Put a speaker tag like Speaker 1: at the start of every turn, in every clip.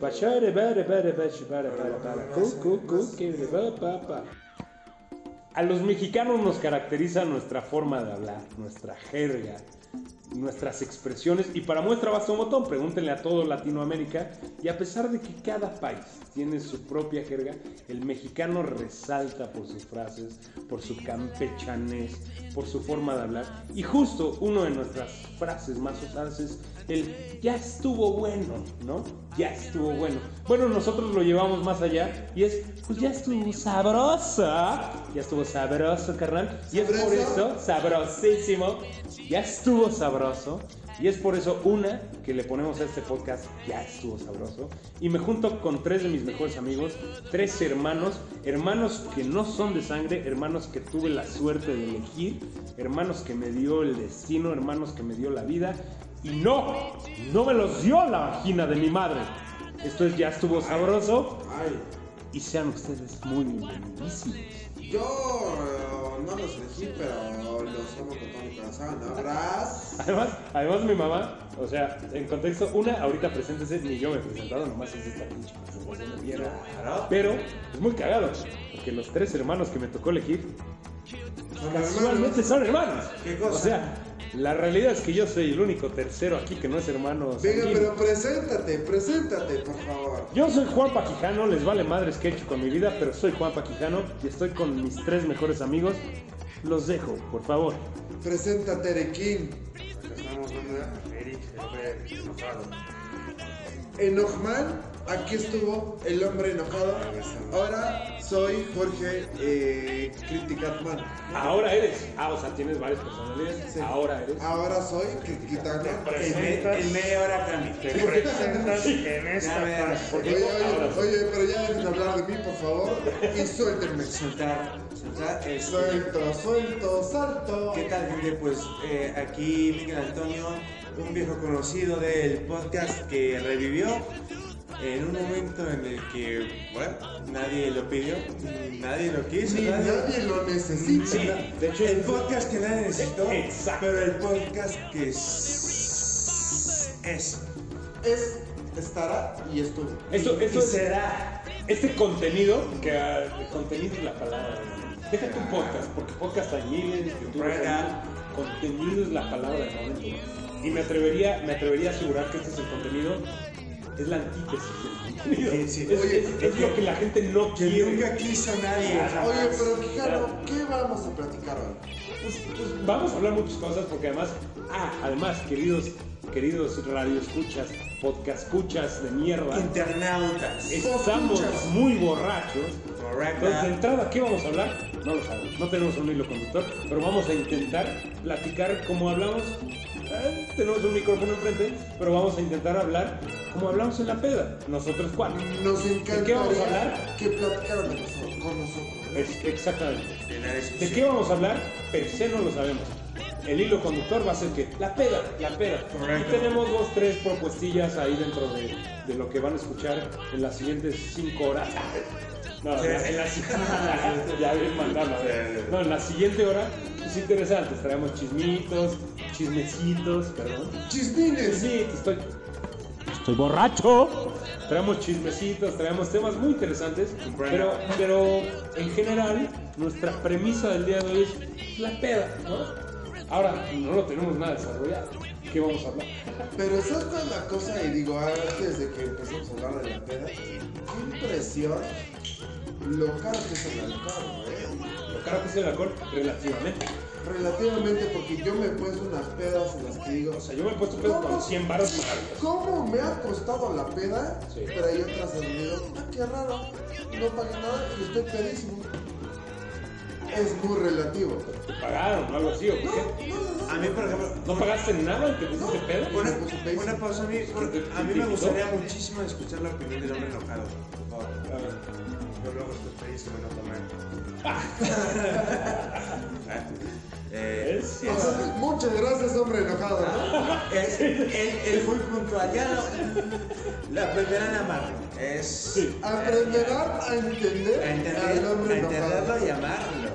Speaker 1: Bashare, bare, bare, bash, bara, bara, bara, cu, cu, cu, que le va, pa, pa. A los mexicanos nos caracteriza nuestra forma de hablar, nuestra jerga, nuestras expresiones y para muestra basta un botón, pregúntenle a todo Latinoamérica y a pesar de que cada país tiene su propia jerga, el mexicano resalta por sus frases, por su campechanés, por su forma de hablar y justo una de nuestras frases más usadas es el ya estuvo bueno, ¿no? Ya estuvo bueno. Bueno, nosotros lo llevamos más allá y es pues ya estuvo sabrosa, ya estuvo sabroso, carnal, y es por eso sabrosísimo, ya estuvo sabroso. Y es por eso una que le ponemos a este podcast, ya estuvo sabroso. Y me junto con tres de mis mejores amigos, tres hermanos, hermanos que no son de sangre, hermanos que tuve la suerte de elegir, hermanos que me dio el destino, hermanos que me dio la vida. Y no, no me los dio la vagina de mi madre. Esto es, ya estuvo sabroso.
Speaker 2: Ay,
Speaker 1: Y sean ustedes muy bienvenidísimos.
Speaker 2: yo eh, no los elegí, pero los amo con todo mi corazón. Abraz.
Speaker 1: Además, además mi mamá, o sea, en contexto, una, ahorita preséntese, ni yo me he presentado, nomás es esta pinche presentación de mierda. Pero es muy cagado, porque los tres hermanos que me tocó elegir,
Speaker 2: Son
Speaker 1: casualmente
Speaker 2: hermanos.
Speaker 1: son hermanos.
Speaker 2: ¿Qué cosa?
Speaker 1: O sea, la realidad es que yo soy el único tercero aquí que no es hermano.
Speaker 2: Venga,
Speaker 1: sanguíneo.
Speaker 2: pero preséntate, preséntate, por favor.
Speaker 1: Yo soy Juan Paquijano, les vale madres que he hecho con mi vida, pero soy Juan Paquijano y estoy con mis tres mejores amigos. Los dejo, por favor.
Speaker 2: Preséntate, Erequín. Acá estamos, banda. Eric, el hombre enojado. Enojman, aquí estuvo el hombre enojado. Ahora soy Jorge eh, Criticatman.
Speaker 1: Ahora eres. Ah, o sea, tienes varias personalidades.
Speaker 2: Sí.
Speaker 1: Ahora eres.
Speaker 2: Ahora soy Criticatman.
Speaker 3: presentas en media hora Cami, te presentas en esta parte.
Speaker 2: Oye, oye, oye, pero ya dejen de hablar de mí, por favor, y suéltenme.
Speaker 4: Soltar, soltar. Este,
Speaker 2: Suelto, suelto, salto.
Speaker 4: ¿Qué tal, gente? Pues eh, aquí Miguel Antonio, un viejo conocido del podcast que revivió en un momento en el que, bueno, nadie lo pidió, nadie lo quiso,
Speaker 2: Ni
Speaker 4: nadie.
Speaker 2: nadie lo necesita.
Speaker 4: Sí,
Speaker 1: De hecho,
Speaker 4: el podcast que nadie necesitó,
Speaker 1: Exacto.
Speaker 4: pero el podcast que es. es.
Speaker 2: Es, estará y estuvo.
Speaker 1: Esto, esto
Speaker 4: y
Speaker 1: es-
Speaker 4: será.
Speaker 1: este contenido, que ah, el contenido es la palabra. ¿no? Deja tu podcast, porque podcast hay miles, YouTube hay
Speaker 4: Fuera.
Speaker 1: mil. contenido es la palabra del momento. Y me atrevería, me atrevería a asegurar que este es el contenido, es la antítesis del contenido.
Speaker 4: Sí, sí.
Speaker 1: Es,
Speaker 2: Oye,
Speaker 1: es- es lo que la gente no
Speaker 4: Que
Speaker 1: quiere.
Speaker 4: nunca quiso nadie. jamás.
Speaker 2: Oye, pero Quijano, ¿qué vamos a platicar hoy?
Speaker 1: Pues, pues, vamos a hablar muchas cosas porque además, ah, además, queridos, queridos radio escuchas, podcast escuchas de mierda,
Speaker 4: Internautas.
Speaker 1: estamos
Speaker 2: escuchas.
Speaker 1: muy borrachos.
Speaker 4: Correcto.
Speaker 1: Entonces, de entrada, ¿qué vamos a hablar? No lo sabemos, no tenemos un hilo conductor, pero vamos a intentar platicar como hablamos. Eh, tenemos un micrófono enfrente, pero vamos a intentar hablar como hablamos en la peda, nosotros cuatro.
Speaker 2: Nos
Speaker 1: ¿De qué vamos a hablar?
Speaker 2: encantaría que platicaran de nosotros, con nosotros.
Speaker 1: Es- exactamente.
Speaker 4: De la
Speaker 1: ¿De
Speaker 4: discusión.
Speaker 1: qué vamos a hablar? Per se no lo sabemos. El hilo conductor va a ser que la peda, la peda.
Speaker 4: Correcto.
Speaker 1: Y tenemos dos, tres propuestillas ahí dentro de, de lo que van a escuchar en las siguientes cinco horas. No,
Speaker 4: Sí.
Speaker 1: en la siguiente. ya bien mandado, a ver.
Speaker 4: Sí.
Speaker 1: No, en la siguiente hora es interesante. Traemos chismitos, chismecitos, perdón.
Speaker 2: Chismines.
Speaker 1: Sí, estoy. Estoy borracho. Traemos chismecitos, traemos temas muy interesantes, pero, pero en general nuestra premisa del día de hoy es la peda, ¿no? Ahora no lo tenemos nada desarrollado. ¿Qué vamos a hablar?
Speaker 2: Pero ¿sabes cuál es la cosa? Y digo, antes de que empezamos a hablar de la peda, qué impresión lo caro que es el ¿eh? alcohol, güey.
Speaker 1: Lo caro que es el alcohol relativamente.
Speaker 2: Relativamente porque yo me he puesto unas pedas en las que digo,
Speaker 1: O sea, yo me he puesto pedo con 100 baros más.
Speaker 2: ¿Cómo me ha costado la peda?
Speaker 1: Sí.
Speaker 2: Pero hay otras en donde digo, ah, qué raro, no pagué nada y estoy pedísimo. Es muy relativo.
Speaker 1: Te pagaron o algo así, ¿o por
Speaker 2: No,
Speaker 1: qué?
Speaker 2: no, no, no.
Speaker 4: A mí, por ejemplo,
Speaker 1: ¿No pagaste nada y te pusiste pedo?
Speaker 4: una, una pausa a mí, porque a mí me gustaría muchísimo escuchar la opinión del hombre enojado. Por favor.
Speaker 1: A ver,
Speaker 3: Yo luego estoy pedísimo y no tomé.
Speaker 4: Eh,
Speaker 1: ¿ves?
Speaker 2: O sea, muchas gracias, hombre enojado. ¿no?
Speaker 4: es, él, él fue junto allá, lo- la aprenderán a amar. Es
Speaker 1: Sí.
Speaker 2: Aprenderán a entender,
Speaker 4: a, entender-
Speaker 2: al
Speaker 4: a
Speaker 2: hombre enojado.
Speaker 4: entenderlo y amarlo.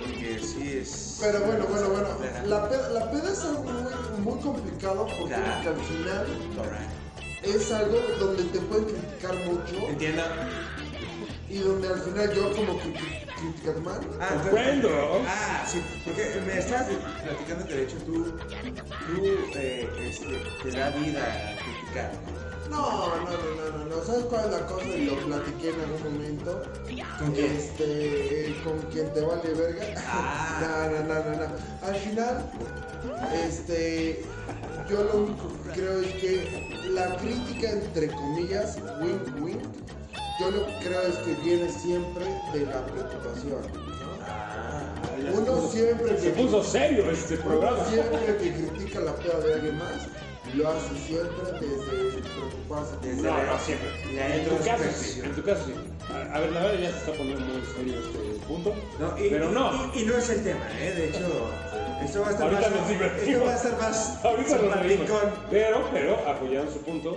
Speaker 4: Porque sí es.
Speaker 2: Pero bueno, bueno, bueno.
Speaker 4: Ajá.
Speaker 2: La peda, la peda es algo muy, muy complicado porque
Speaker 4: Claro.
Speaker 2: al final
Speaker 4: Correcto.
Speaker 2: es algo donde te pueden criticar mucho.
Speaker 4: Entiendo.
Speaker 2: Y donde al final yo como que Catman.
Speaker 4: Ah,
Speaker 1: Comprendo.
Speaker 4: entonces- Ah, sí, porque me estabas platicando que de hecho tú, tú eh, este, te da vida criticar.
Speaker 2: No, no, no, no, no, no. ¿Sabes cuál es la cosa? Y lo platiqué en algún momento.
Speaker 4: ¿Con quién?
Speaker 2: Este, eh, con quien te vale verga.
Speaker 4: Ah.
Speaker 2: No, no, no, no, no. Al final, este, yo lo único que creo es que la crítica, entre comillas, wink, wink, yo lo que creo es que viene siempre de la preocupación. ¿no?
Speaker 4: Ah, las
Speaker 2: Uno
Speaker 4: cosas.
Speaker 2: siempre
Speaker 1: Se
Speaker 2: que-
Speaker 1: puso serio este programa.
Speaker 2: uno siempre que critica la peda de alguien más, lo hace siempre desde preocuparse.
Speaker 4: Desde
Speaker 1: No,
Speaker 4: la-
Speaker 1: no, siempre.
Speaker 4: la
Speaker 1: En tu caso sí,
Speaker 4: introspección.
Speaker 1: en tu caso sí. A, a ver, la verdad ya se está poniendo muy serio este punto.
Speaker 4: No, y,
Speaker 1: pero no.
Speaker 4: Y, y no es el tema, ¿eh? De hecho, esto va a estar
Speaker 1: Ahorita nos
Speaker 4: más.
Speaker 1: divertimos.
Speaker 4: Esto va a estar más.
Speaker 1: Ahorita lo reímos.
Speaker 4: simpaticón.
Speaker 1: Pero, pero, apoyando su punto,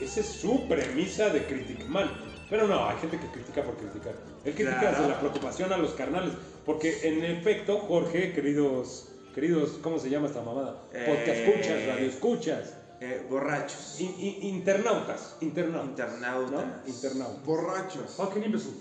Speaker 1: esa es su premisa de Critic Man. Pero no, hay gente que critica por criticar. Él critica
Speaker 4: Claro.
Speaker 1: desde la preocupación a los carnales. Porque en efecto, Jorge, queridos, queridos, ¿cómo se llama esta mamada?
Speaker 4: Eh.
Speaker 1: Podcast escuchas, radio escuchas,
Speaker 4: Eh, borrachos.
Speaker 1: internautas, internautas.
Speaker 4: Internautas.
Speaker 1: ¿no? Internautas.
Speaker 2: Borrachos.
Speaker 1: Fucking imbécil.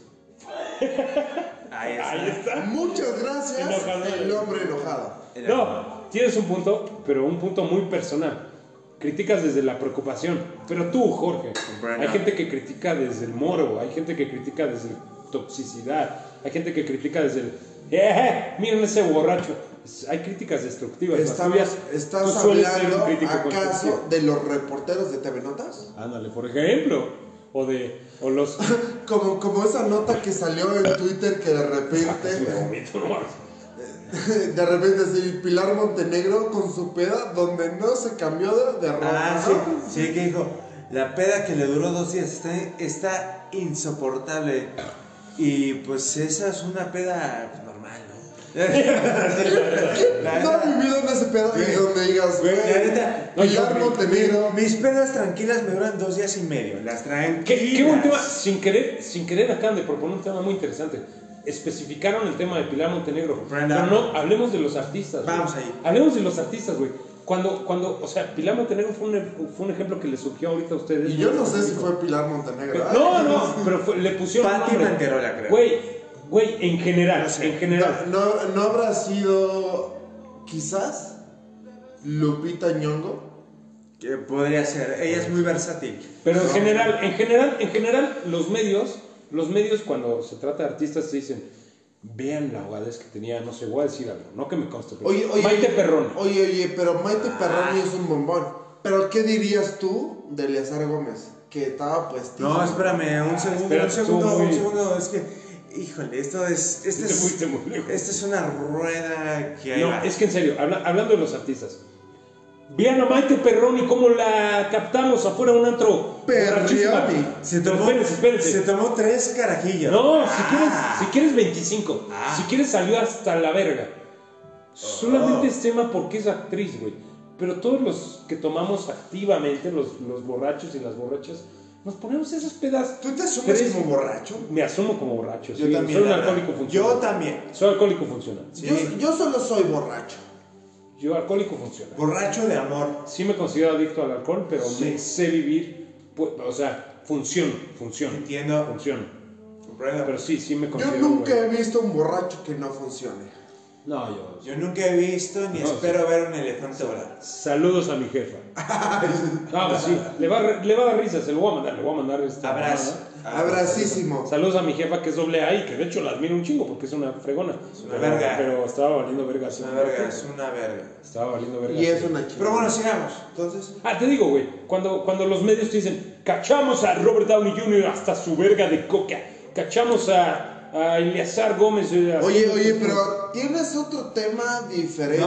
Speaker 4: Ahí está.
Speaker 1: Ahí está.
Speaker 2: Muchas gracias,
Speaker 1: Enojado.
Speaker 2: el hombre enojado.
Speaker 4: El-
Speaker 1: No, tienes un punto, pero un punto muy personal. Criticas desde la preocupación. Pero tú, Jorge,
Speaker 4: Bueno.
Speaker 1: hay gente que critica desde el morbo, hay gente que critica desde la toxicidad, hay gente que critica desde el. ¡Eh! Miren ese borracho. Es- Hay críticas destructivas. las
Speaker 2: Estamos,
Speaker 1: tuyas, tú
Speaker 2: ¿Estás
Speaker 1: sueles ser un
Speaker 2: hablando
Speaker 1: crítico
Speaker 2: acaso
Speaker 1: constructivo.
Speaker 2: de los reporteros de TV Notas?
Speaker 1: Ándale, por ejemplo. O de. O los.
Speaker 2: Como, como esa nota que salió en Twitter que de
Speaker 1: Ah,
Speaker 2: repente, de repente sí, Pilar Montenegro con su peda donde no se cambió de, de ropa.
Speaker 4: Ah,
Speaker 2: ¿no?
Speaker 4: sí, sí, que dijo, la peda que le duró dos días está, está insoportable. Y pues esa es una peda pues, normal, ¿no? La
Speaker 2: No he
Speaker 4: neta,
Speaker 2: vivido en ese pedo y donde digas, güey,
Speaker 4: la neta,
Speaker 1: no, yo-
Speaker 2: Pilar Montenegro.
Speaker 4: mis pedas tranquilas me duran dos días y medio. Las traen.
Speaker 1: Qué, qué buen tema. Sin querer, sin querer acaban de proponer un tema muy interesante. Especificaron el tema de Pilar Montenegro.
Speaker 4: Brenda.
Speaker 1: Pero no, hablemos de los artistas. güey.
Speaker 4: Vamos ahí.
Speaker 1: Hablemos de los artistas, güey. Cuando, cuando, o sea, Pilar Montenegro fue un, fue un ejemplo que les surgió ahorita a ustedes.
Speaker 2: Y yo no sé si fue Pilar Montenegro.
Speaker 1: No,
Speaker 2: Ay,
Speaker 1: no, pero fue- le pusieron
Speaker 4: Pati
Speaker 1: nombre.
Speaker 4: Manterola, creo.
Speaker 1: Güey, güey, en general,
Speaker 4: No sé.
Speaker 1: en general.
Speaker 2: No, no habrá sido quizás Lupita Ñongo.
Speaker 4: Que podría ser. Ella es muy versátil.
Speaker 1: Pero en general, en general, en general, los medios, los medios cuando se trata de artistas te dicen, vean la hogadez que tenía, no sé, voy a decir algo, no que me conste. pero-
Speaker 2: Oye, oye.
Speaker 1: Maite Ah. Perrón.
Speaker 2: Oye, oye, pero Maite Perroni es un bombón. Pero ¿qué dirías tú de Eleazar Gómez? Que estaba puestísimo.
Speaker 4: No, espérame, un segundo,
Speaker 1: Ah, espera,
Speaker 4: un segundo,
Speaker 1: estuvo muy-
Speaker 4: un segundo. Es que, híjole, esto es. Este
Speaker 1: Te
Speaker 4: es,
Speaker 1: fuiste muy lejos.
Speaker 4: esta es una rueda que hay.
Speaker 1: No, es que en serio, habla- hablando de los artistas. Vean a Maite Perroni cómo la captamos afuera de un antro.
Speaker 2: Perrioni.
Speaker 1: borrachísima.
Speaker 4: Se
Speaker 1: Pero
Speaker 4: tomó,
Speaker 1: Espérense, espérense.
Speaker 4: se tomó tres carajillas.
Speaker 1: No, si quieres,
Speaker 4: Ah.
Speaker 1: si quieres 25.
Speaker 4: Ah.
Speaker 1: Si quieres salió hasta la verga.
Speaker 4: Oh.
Speaker 1: Solamente es tema porque es actriz, güey. Pero todos los que tomamos activamente, los, los borrachos y las borrachas, nos ponemos esas pedas.
Speaker 2: ¿Tú te asumes
Speaker 1: Tres-
Speaker 2: como borracho?
Speaker 1: Me asumo como borracho.
Speaker 4: Yo
Speaker 1: sí,
Speaker 4: también.
Speaker 1: Soy un
Speaker 4: la verdad.
Speaker 1: alcohólico funcional.
Speaker 4: Yo también.
Speaker 1: Soy alcohólico funcional.
Speaker 4: Sí.
Speaker 2: Yo, yo solo soy borracho.
Speaker 1: Yo alcohólico funcional.
Speaker 4: Borracho de amor.
Speaker 1: Sí me considero adicto al alcohol, pero
Speaker 4: Sí.
Speaker 1: me sé vivir, pues, o sea, funciona, funciona.
Speaker 4: Entiendo.
Speaker 1: Funciona.
Speaker 4: Comprendo.
Speaker 1: Pero sí, sí me
Speaker 2: Yo
Speaker 1: considero.
Speaker 2: nunca
Speaker 1: güey.
Speaker 2: he visto un borracho que no funcione.
Speaker 1: No, yo.
Speaker 4: Yo nunca he visto ni
Speaker 1: No,
Speaker 4: espero ver un elefante volar.
Speaker 1: Saludos a mi jefa. No, pues sí, le va, a re- le va a dar risas, se lo voy a mandar, le voy a mandar esta.
Speaker 4: Abrazo.
Speaker 1: mamada.
Speaker 2: Abracísimo.
Speaker 1: Saludos a mi jefa que es doble A y que de hecho la admiro un chingo porque es una fregona. Es
Speaker 4: una verga.
Speaker 1: Pero estaba valiendo verga.
Speaker 4: Es
Speaker 1: sí.
Speaker 4: una verga, es una verga.
Speaker 1: Estaba valiendo verga.
Speaker 2: Y es
Speaker 1: sí.
Speaker 2: una chica.
Speaker 4: Pero bueno, sigamos. Entonces,
Speaker 1: Ah, te digo, güey, cuando, cuando los medios te dicen, cachamos a Robert Downey Jr. hasta su verga de coca, cachamos a, a Eleazar Gómez. eh,
Speaker 2: Oye,
Speaker 1: haciendo-
Speaker 2: oye, pero tienes otro tema diferente.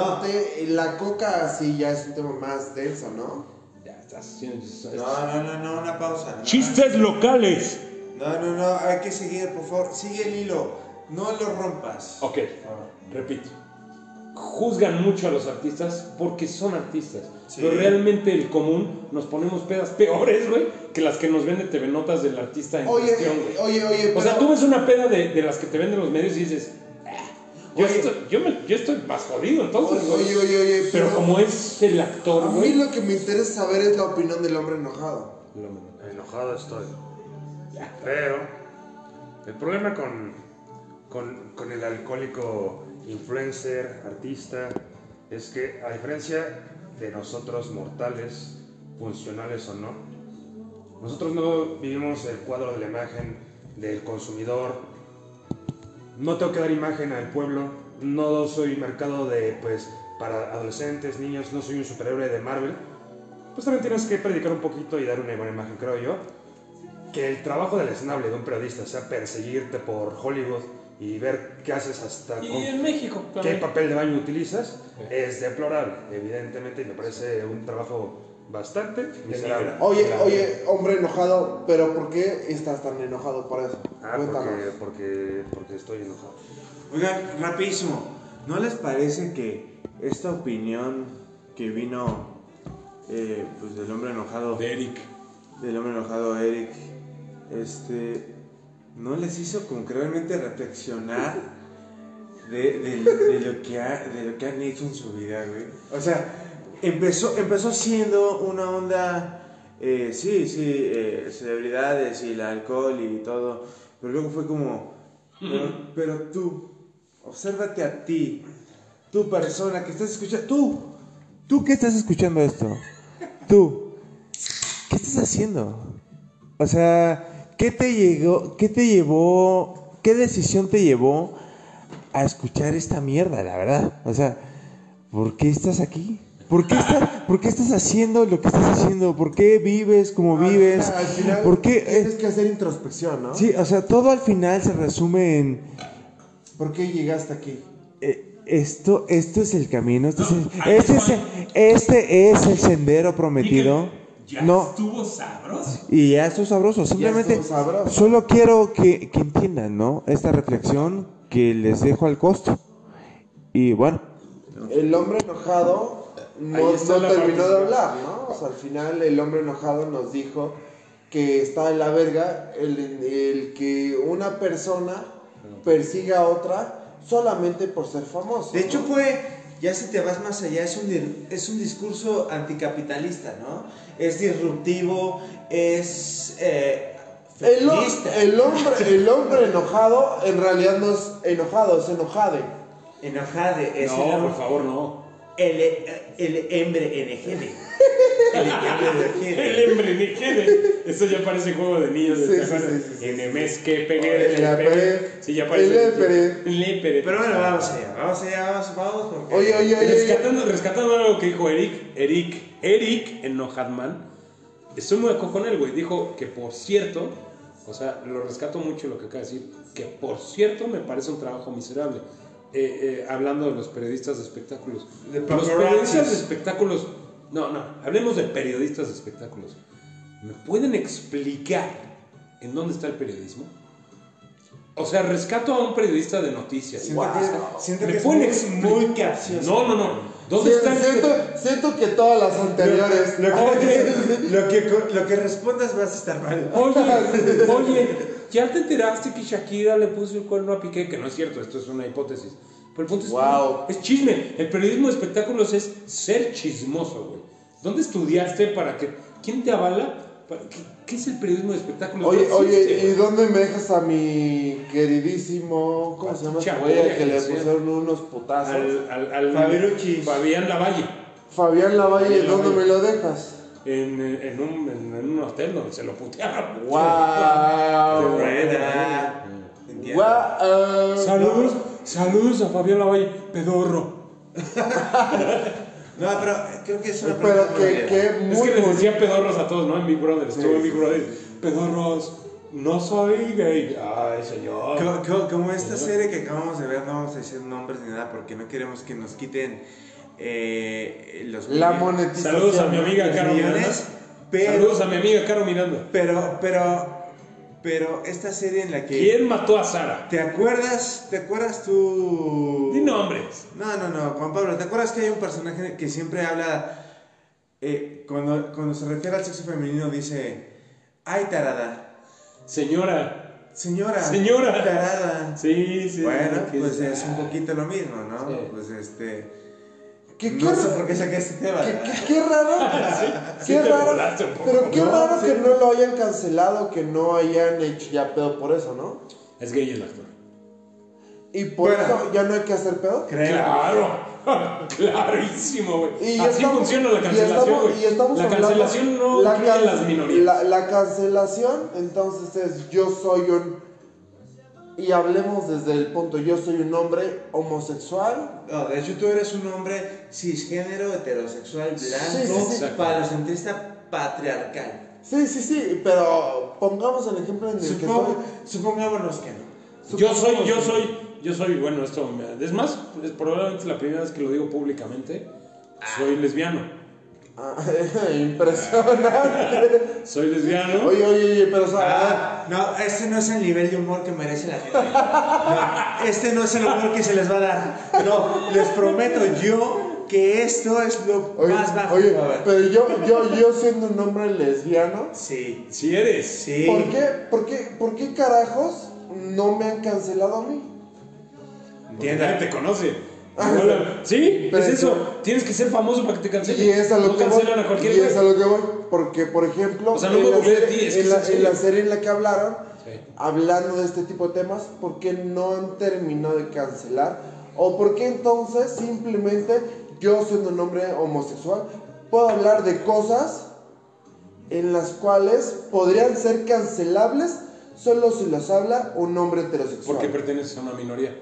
Speaker 2: La coca sí ya es un tema más denso, ¿no?
Speaker 1: Ya estás haciendo-
Speaker 4: no, no, no, no, una pausa. No,
Speaker 1: Chistes locales.
Speaker 4: No, no, no, hay que seguir, por favor. Sigue el hilo. No lo rompas.
Speaker 1: Ok, repito. Juzgan mucho a los artistas porque son artistas.
Speaker 4: Sí.
Speaker 1: Pero realmente el común nos ponemos pedas peores, güey, que las que nos vende TV Notas del artista en
Speaker 2: Oye,
Speaker 1: cuestión, güey.
Speaker 2: oye, oye,
Speaker 1: O
Speaker 2: pero-
Speaker 1: sea, tú ves una peda de, de las que te venden los medios y dices, "Ah, yo,
Speaker 2: Oye.
Speaker 1: estoy, yo, me- yo estoy más jodido entonces,
Speaker 2: Oye,
Speaker 1: güey".
Speaker 2: oye, oye, oye,
Speaker 1: pero,
Speaker 2: pero-
Speaker 1: como es el
Speaker 2: A
Speaker 1: actor,
Speaker 2: mí
Speaker 1: güey.
Speaker 2: lo que me interesa saber es la opinión del hombre enojado.
Speaker 1: lo-
Speaker 5: Enojado estoy. Pero el problema con, con, con el alcohólico influencer, artista, es que a diferencia de nosotros mortales, funcionales o no, nosotros no vivimos el cuadro de la imagen del consumidor, no tengo que dar imagen al pueblo, no soy mercado de, pues, para adolescentes, niños, no soy un superhéroe de Marvel. Pues también tienes que predicar un poquito y dar una buena imagen, creo yo. Que el trabajo del esnable de un periodista sea perseguirte por Hollywood y ver qué haces hasta
Speaker 1: Y
Speaker 5: con-
Speaker 1: en México
Speaker 5: qué
Speaker 1: también.
Speaker 5: papel de baño utilizas
Speaker 1: Sí.
Speaker 5: es deplorable, evidentemente, y me parece un trabajo bastante miserable.
Speaker 2: Oye, oye, hombre enojado, pero ¿por qué estás tan enojado por eso?
Speaker 5: Ah, porque, porque, porque estoy enojado.
Speaker 4: Oigan, rapidísimo, ¿no les parece que esta opinión que vino eh, pues del hombre enojado,
Speaker 1: De Eric.
Speaker 4: del hombre enojado Eric, este, no les hizo como que realmente reflexionar de, de- de lo que ha- de lo que han hecho en su vida, güey? O sea, empezó, empezó siendo una onda, eh, sí, sí, eh, celebridades y el alcohol y todo, pero luego fue como, pero, pero tú, obsérvate a ti, tú persona que estás escuchando, tú, tú que estás escuchando esto, tú, ¿qué estás haciendo? O sea, ¿qué te llegó, qué te llevó, qué decisión te llevó a escuchar esta mierda, la verdad? O sea, ¿por qué estás aquí? ¿Por qué, estás, ¿Por qué estás haciendo lo que estás haciendo? ¿Por qué vives como vives?
Speaker 2: Al final,
Speaker 4: ¿Por qué?
Speaker 2: tienes que hacer introspección, ¿no?
Speaker 4: Sí, o sea, todo al final se resume en
Speaker 2: ¿Por qué llegaste aquí?
Speaker 4: eh, esto, esto es el camino, este, es, el,
Speaker 1: ahí
Speaker 4: este,
Speaker 1: te
Speaker 4: es, el-
Speaker 1: va.
Speaker 4: este es el sendero prometido.
Speaker 1: Dígame, ¿Ya
Speaker 4: No,
Speaker 1: estuvo sabroso?
Speaker 4: y ya esto es sabroso. Simplemente,
Speaker 2: estuvo sabroso.
Speaker 4: solo quiero que, que entiendan, ¿no? Esta reflexión que les dejo al costo. Y bueno,
Speaker 2: El hombre enojado no,
Speaker 1: Ahí está
Speaker 2: no
Speaker 1: la
Speaker 2: terminó de
Speaker 1: participación.
Speaker 2: hablar, ¿no? O sea, al final el hombre enojado nos dijo que está en la verga el, el que una persona persiga a otra solamente por ser famoso.
Speaker 6: De hecho
Speaker 2: ¿no?
Speaker 6: fue, ya si te vas más allá, es un, dir- es un discurso anticapitalista, ¿no? Es disruptivo, es... eh,
Speaker 2: el, hom-
Speaker 6: feminista,
Speaker 2: el hombre, el hombre enojado en realidad no es enojado, es enojade.
Speaker 6: enojade, es
Speaker 1: No,
Speaker 6: el,
Speaker 1: por favor, no.
Speaker 6: el, el hembre enejede. El hembre enejede.
Speaker 1: El hombre ni quiere. Eso ya parece juego de niños.
Speaker 2: Sí,
Speaker 1: de
Speaker 2: sí, sí, sí, sí,
Speaker 1: NMS que pegué.
Speaker 2: El apere.
Speaker 1: Sí, ya parece.
Speaker 2: El apere.
Speaker 1: El apere.
Speaker 6: Pero bueno, vamos allá, vamos allá, vamos, vamos, porque...
Speaker 2: Oye, oye, oye, oye.
Speaker 1: Rescatando, rescatando algo que dijo Eric, Eric, Eric enojadman, estoy muy de acuerdo con él, güey. Dijo que por cierto, o sea, lo rescato mucho lo que acaba de decir, que por cierto me parece un trabajo miserable. Eh, eh, hablando de los periodistas de espectáculos.
Speaker 6: De
Speaker 1: los
Speaker 6: paparazzis.
Speaker 1: periodistas de espectáculos. No, no, hablemos de periodistas de espectáculos. ¿Me pueden explicar en dónde está el periodismo? O sea, rescato a un periodista de noticias.
Speaker 4: siento que es, siento
Speaker 1: ¿Me
Speaker 4: que es
Speaker 1: pueden
Speaker 4: muy-
Speaker 1: explicar?
Speaker 4: muy, capcioso.
Speaker 1: No, no, no. ¿Dónde
Speaker 2: Sie-
Speaker 1: está el
Speaker 2: siento, siento que todas las anteriores.
Speaker 4: Lo que, lo que-
Speaker 6: Lo que respondas vas a estar mal.
Speaker 1: Oye, oye, ¿ya te enteraste que Shakira le puso el cuerno a Piqué? Que no es cierto, esto es una hipótesis. Pero el punto es,
Speaker 2: Wow.
Speaker 1: es chisme. El periodismo de espectáculos es ser chismoso, güey. ¿Dónde estudiaste para que... ¿Quién te avala? ¿Para qué, qué es el periodismo de espectáculos?
Speaker 2: Oye,
Speaker 1: No existe,
Speaker 2: oye, ¿y
Speaker 1: güey.
Speaker 2: dónde me dejas a mi queridísimo, cómo se llama ese
Speaker 1: Chapoya,
Speaker 2: güey, al que le
Speaker 1: que sea.
Speaker 2: pusieron unos putazos?
Speaker 1: Al, al, al-
Speaker 6: Fabirucci.
Speaker 1: Fabián Lavalle.
Speaker 2: Fabián Lavalle,
Speaker 1: Fabián
Speaker 2: ¿dónde
Speaker 1: Lavalle.
Speaker 2: me lo dejas?
Speaker 1: En, en un, en, en un hotel donde se lo putearon.
Speaker 2: Wow.
Speaker 1: eh,
Speaker 2: Ah.
Speaker 4: Buena.
Speaker 2: Wow.
Speaker 1: Saludos, saludos a Fabián Lavalle, pedorro.
Speaker 6: No, pero
Speaker 4: eh,
Speaker 6: creo que es una
Speaker 2: Pero que,
Speaker 6: buena.
Speaker 2: que
Speaker 1: Es que
Speaker 2: muy
Speaker 1: les
Speaker 2: bonito.
Speaker 1: decía pedorros a todos, ¿no? En Big Brother, estuvo en Big Brother. Pedorros, no soy gay. Ay, señor.
Speaker 4: co- co- como esta
Speaker 1: Sí.
Speaker 4: serie que acabamos de ver, no vamos a decir nombres ni nada porque no queremos que nos quiten eh, los
Speaker 2: La
Speaker 4: millones.
Speaker 2: monetización.
Speaker 1: Saludos a mi amiga
Speaker 4: Los
Speaker 1: Caro Miranda.
Speaker 4: millones, pero-
Speaker 1: Saludos a mi amiga Caro Miranda.
Speaker 4: Pero, pero, pero esta serie en la que...
Speaker 1: ¿Quién mató a Sara?
Speaker 4: ¿Te acuerdas? ¿Te acuerdas tú?
Speaker 1: Di nombres.
Speaker 4: No, no, no, Juan Pablo, ¿te acuerdas que hay un personaje que siempre habla, eh, cuando, cuando se refiere al sexo femenino, dice, ay, tarada,
Speaker 1: Señora.
Speaker 4: señora,
Speaker 1: Señora.
Speaker 4: tarada.
Speaker 1: Sí, sí.
Speaker 4: bueno,
Speaker 1: que
Speaker 4: pues
Speaker 1: sea.
Speaker 4: es un poquito lo mismo, ¿no?
Speaker 1: Sí.
Speaker 4: Pues este,
Speaker 2: Que,
Speaker 4: No
Speaker 2: qué
Speaker 4: sé
Speaker 2: ra-
Speaker 4: por qué saqué este tema.
Speaker 2: que- que- qué raro.
Speaker 1: sí
Speaker 2: qué
Speaker 1: te
Speaker 2: raro.
Speaker 1: volaste un poco,
Speaker 2: pero qué
Speaker 1: ¿no?
Speaker 2: raro que no lo hayan cancelado, que no hayan hecho ya pedo por eso, ¿no?
Speaker 1: Es gay el actor.
Speaker 2: Y por
Speaker 4: Bueno.
Speaker 2: eso ya no hay que hacer pedo.
Speaker 1: Claro, clarísimo, güey.
Speaker 2: Y
Speaker 1: Así
Speaker 2: estamos-
Speaker 1: funciona la
Speaker 2: y
Speaker 1: cancelación,
Speaker 2: estamos-
Speaker 1: güey.
Speaker 2: y estamos
Speaker 1: La
Speaker 2: hablando-
Speaker 1: cancelación no
Speaker 2: la
Speaker 1: incluye a
Speaker 2: can-
Speaker 1: las minorías.
Speaker 2: La, la cancelación, entonces es yo soy un y hablemos desde el punto yo soy un hombre homosexual.
Speaker 4: No, de hecho tú eres un hombre cisgénero, heterosexual, blanco,
Speaker 2: Sí, sí,
Speaker 1: sí.
Speaker 4: palocentrista, patriarcal.
Speaker 2: Sí, sí, sí, pero pongamos el ejemplo en el que
Speaker 4: Supongo-
Speaker 2: soy.
Speaker 4: supongámonos que no.
Speaker 1: Yo
Speaker 2: supongamos
Speaker 1: soy, yo
Speaker 2: que-
Speaker 1: soy, yo soy, bueno, esto me- es más, es probablemente la primera vez que lo digo públicamente. Soy lesbiano.
Speaker 2: Ah, impresionante.
Speaker 1: Soy lesbiano.
Speaker 2: Oye, oye, oye, pero o sea,
Speaker 4: Ah, no, este no es el nivel de humor que merece la gente. No, este no es el humor que se les va a dar. No, les prometo yo que esto es lo
Speaker 2: oye,
Speaker 4: más bajo
Speaker 2: oye,
Speaker 4: que va a haber.
Speaker 2: pero yo, yo, yo siendo un hombre lesbiano,
Speaker 4: Sí,
Speaker 1: Si eres.
Speaker 4: sí.
Speaker 2: ¿por qué, por qué, por qué carajos no me han cancelado a mí?
Speaker 1: porque
Speaker 4: Entienda.
Speaker 1: Nadie te conoce. Hola. Sí,
Speaker 2: Ah. Pero
Speaker 1: es eso.
Speaker 2: yo-
Speaker 1: Tienes que ser famoso para que te cancelen.
Speaker 2: Y es a lo
Speaker 1: no
Speaker 2: que voy.
Speaker 1: cancelan a cualquier
Speaker 2: Y es
Speaker 1: güey.
Speaker 2: a lo que voy. Porque, por ejemplo,
Speaker 1: O sea, no
Speaker 2: en,
Speaker 1: me
Speaker 2: la
Speaker 1: burlé de
Speaker 2: serie,
Speaker 1: ti, es que
Speaker 2: en,
Speaker 1: es
Speaker 2: la,
Speaker 1: en serio.
Speaker 2: en la serie en la que hablaron,
Speaker 1: Sí.
Speaker 2: hablando de este tipo de temas, ¿por qué no han terminado de cancelar? ¿O por qué entonces simplemente yo siendo un hombre homosexual puedo hablar de cosas en las cuales podrían ser cancelables solo si las habla un hombre heterosexual?
Speaker 1: Porque perteneces a una minoría.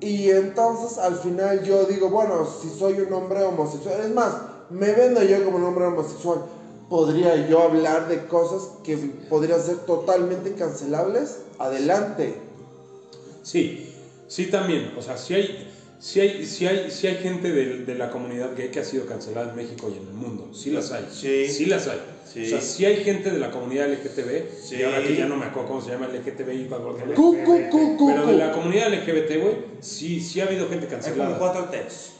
Speaker 2: Y entonces al final yo digo, bueno, si soy un hombre homosexual, es más, me vendo yo como un hombre homosexual, ¿podría yo hablar de cosas que podrían ser totalmente cancelables? Adelante.
Speaker 1: Sí, sí también. O sea, sí hay, sí hay, sí hay, sí hay gente de, de la comunidad gay que ha sido cancelada en México y en el mundo. Sí las hay.
Speaker 7: Sí.
Speaker 1: las hay.
Speaker 7: Sí.
Speaker 1: O sea, sí hay gente de la comunidad LGTB.
Speaker 7: Sí.
Speaker 1: Y ahora que ya no me acuerdo cómo se llama LGTBI. bla, bla, bla,
Speaker 2: Cu, cu, cu, cu,
Speaker 1: Pero de la
Speaker 2: cu.
Speaker 1: comunidad LGBT, güey, sí, sí ha habido gente
Speaker 4: Hay como
Speaker 1: cancelada.
Speaker 4: cuatro textos.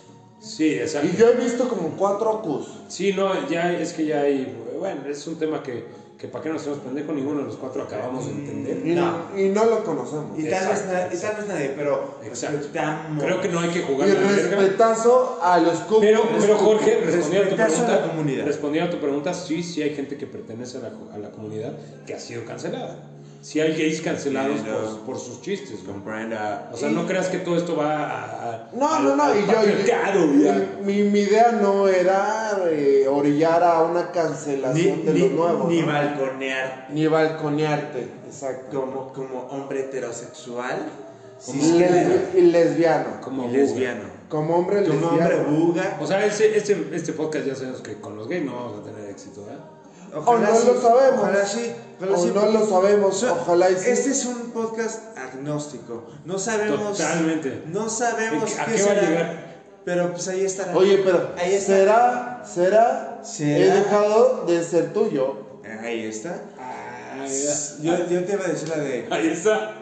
Speaker 1: Sí, exacto.
Speaker 2: Y yo he visto como cuatro Qs.
Speaker 1: Sí, no, ya es que ya hay. Bueno, es un tema que, que para qué nos hacemos pendejo, ninguno de los cuatro acabamos de entender.
Speaker 2: Y
Speaker 4: No.
Speaker 2: y no lo conocemos.
Speaker 4: Y tal, vez, na- y tal vez nadie, pero
Speaker 1: Exacto.
Speaker 4: respetamos.
Speaker 1: Creo que no hay que
Speaker 2: Y
Speaker 1: jugar a la verga.
Speaker 2: respetazo a los Qs.
Speaker 1: Pero, pero Jorge, respondiendo a tu
Speaker 4: Respetarse a
Speaker 1: pregunta,
Speaker 4: la comunidad.
Speaker 1: respondiendo a tu pregunta, sí, sí hay gente que pertenece a la, a la comunidad que ha sido cancelada. Sí hay gays cancelados
Speaker 7: Pero-
Speaker 1: por, por sus chistes. ¿no?
Speaker 7: Comprenda.
Speaker 1: O sea, no creas que todo esto va a... a-
Speaker 2: No,
Speaker 1: al-
Speaker 2: no, no,
Speaker 1: al
Speaker 2: y yo,
Speaker 1: patriarcado,
Speaker 2: y-
Speaker 1: ya.
Speaker 2: mi, mi idea no era eh, orillar a una
Speaker 4: ni,
Speaker 2: cancelación de
Speaker 4: ni,
Speaker 2: lo nuevo,
Speaker 4: ni
Speaker 2: ¿no?
Speaker 4: balconear
Speaker 2: Ni balconearte, exacto.
Speaker 4: como, como hombre heterosexual.
Speaker 2: Y
Speaker 4: sí,
Speaker 2: lesbi- y lesbiano.
Speaker 1: Como
Speaker 7: Y
Speaker 1: buga.
Speaker 7: lesbiano.
Speaker 2: Como hombre
Speaker 4: Como
Speaker 2: lesbiano.
Speaker 4: hombre uh, buga.
Speaker 1: O sea, ese- ese- este podcast ya sabemos que con los gays no vamos a tener éxito, ¿verdad?
Speaker 2: o no lo sabemos.
Speaker 4: Ojalá sí. ojalá
Speaker 2: O
Speaker 4: sí,
Speaker 2: no
Speaker 4: porque-
Speaker 2: lo sabemos,
Speaker 4: So-
Speaker 2: ojalá y sí.
Speaker 4: Este es un podcast agnóstico. No sabemos.
Speaker 1: Totalmente.
Speaker 4: No sabemos
Speaker 1: ¿En qué- a
Speaker 4: qué
Speaker 1: qué va a
Speaker 4: será,
Speaker 1: llegar?
Speaker 4: Pero pues ahí estará.
Speaker 2: Oye, pero
Speaker 4: Ahí está.
Speaker 2: ¿será, será,
Speaker 4: ¿Será?
Speaker 2: he dejado de ser tuyo.
Speaker 4: Ahí está.
Speaker 1: Ahí
Speaker 4: Yo, yo te iba a decir la de.
Speaker 1: Ahí está.